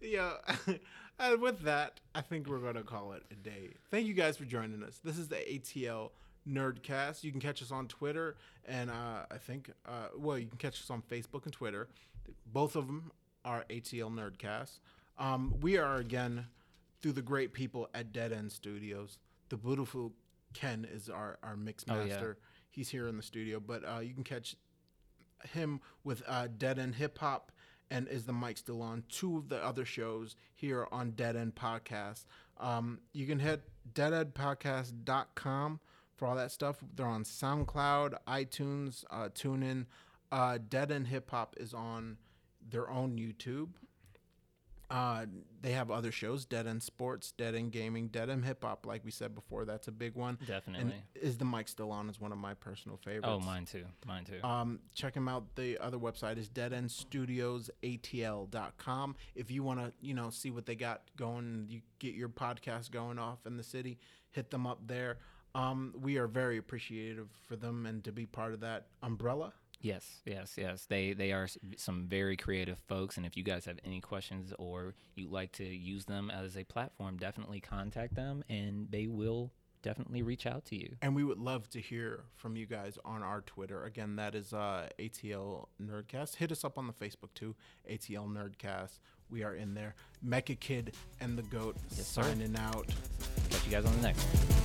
Speaker 2: yeah, and with that, I think we're gonna call it a day. Thank you guys for joining us. This is the ATL Nerdcast. You can catch us on Twitter, and uh, I think, uh, well, you can catch us on Facebook and Twitter. Both of them are ATL Nerdcast. Um, we are again through the great people at Dead End Studios. The beautiful Ken is our our mix
Speaker 1: Oh,
Speaker 2: master.
Speaker 1: yeah.
Speaker 2: He's here in the studio, but uh, you can catch him with uh, Dead End Hip Hop and Is the Mic Still On? Two of the other shows here on Dead End Podcast. Um, you can hit deadendpodcast.com for all that stuff. They're on SoundCloud, iTunes, uh, TuneIn. Uh, Dead End Hip Hop is on their own YouTube. Uh, they have other shows, Dead End Sports, Dead End Gaming, Dead End Hip Hop. Like we said before, that's a big one.
Speaker 1: Definitely.
Speaker 2: And Is the Mic Still On is one of my personal favorites.
Speaker 1: oh, mine too. Mine too.
Speaker 2: Um, check them out. The other website is deadendstudiosatl.com. If you want to, you know, see what they got going, you get your podcast going off in the city, hit them up there. Um, we are very appreciative for them and to be part of that umbrella.
Speaker 1: Yes, yes, yes. They they are s- some very creative folks, and if you guys have any questions or you'd like to use them as a platform, definitely contact them, and they will definitely reach out to you.
Speaker 2: And we would love to hear from you guys on our Twitter. Again, that is uh, ATL Nerdcast. Hit us up on the Facebook too, ATL Nerdcast. We are in there. Mecha Kid and the Goat
Speaker 1: Yes, sir.
Speaker 2: signing out.
Speaker 1: Catch you guys on the next. one.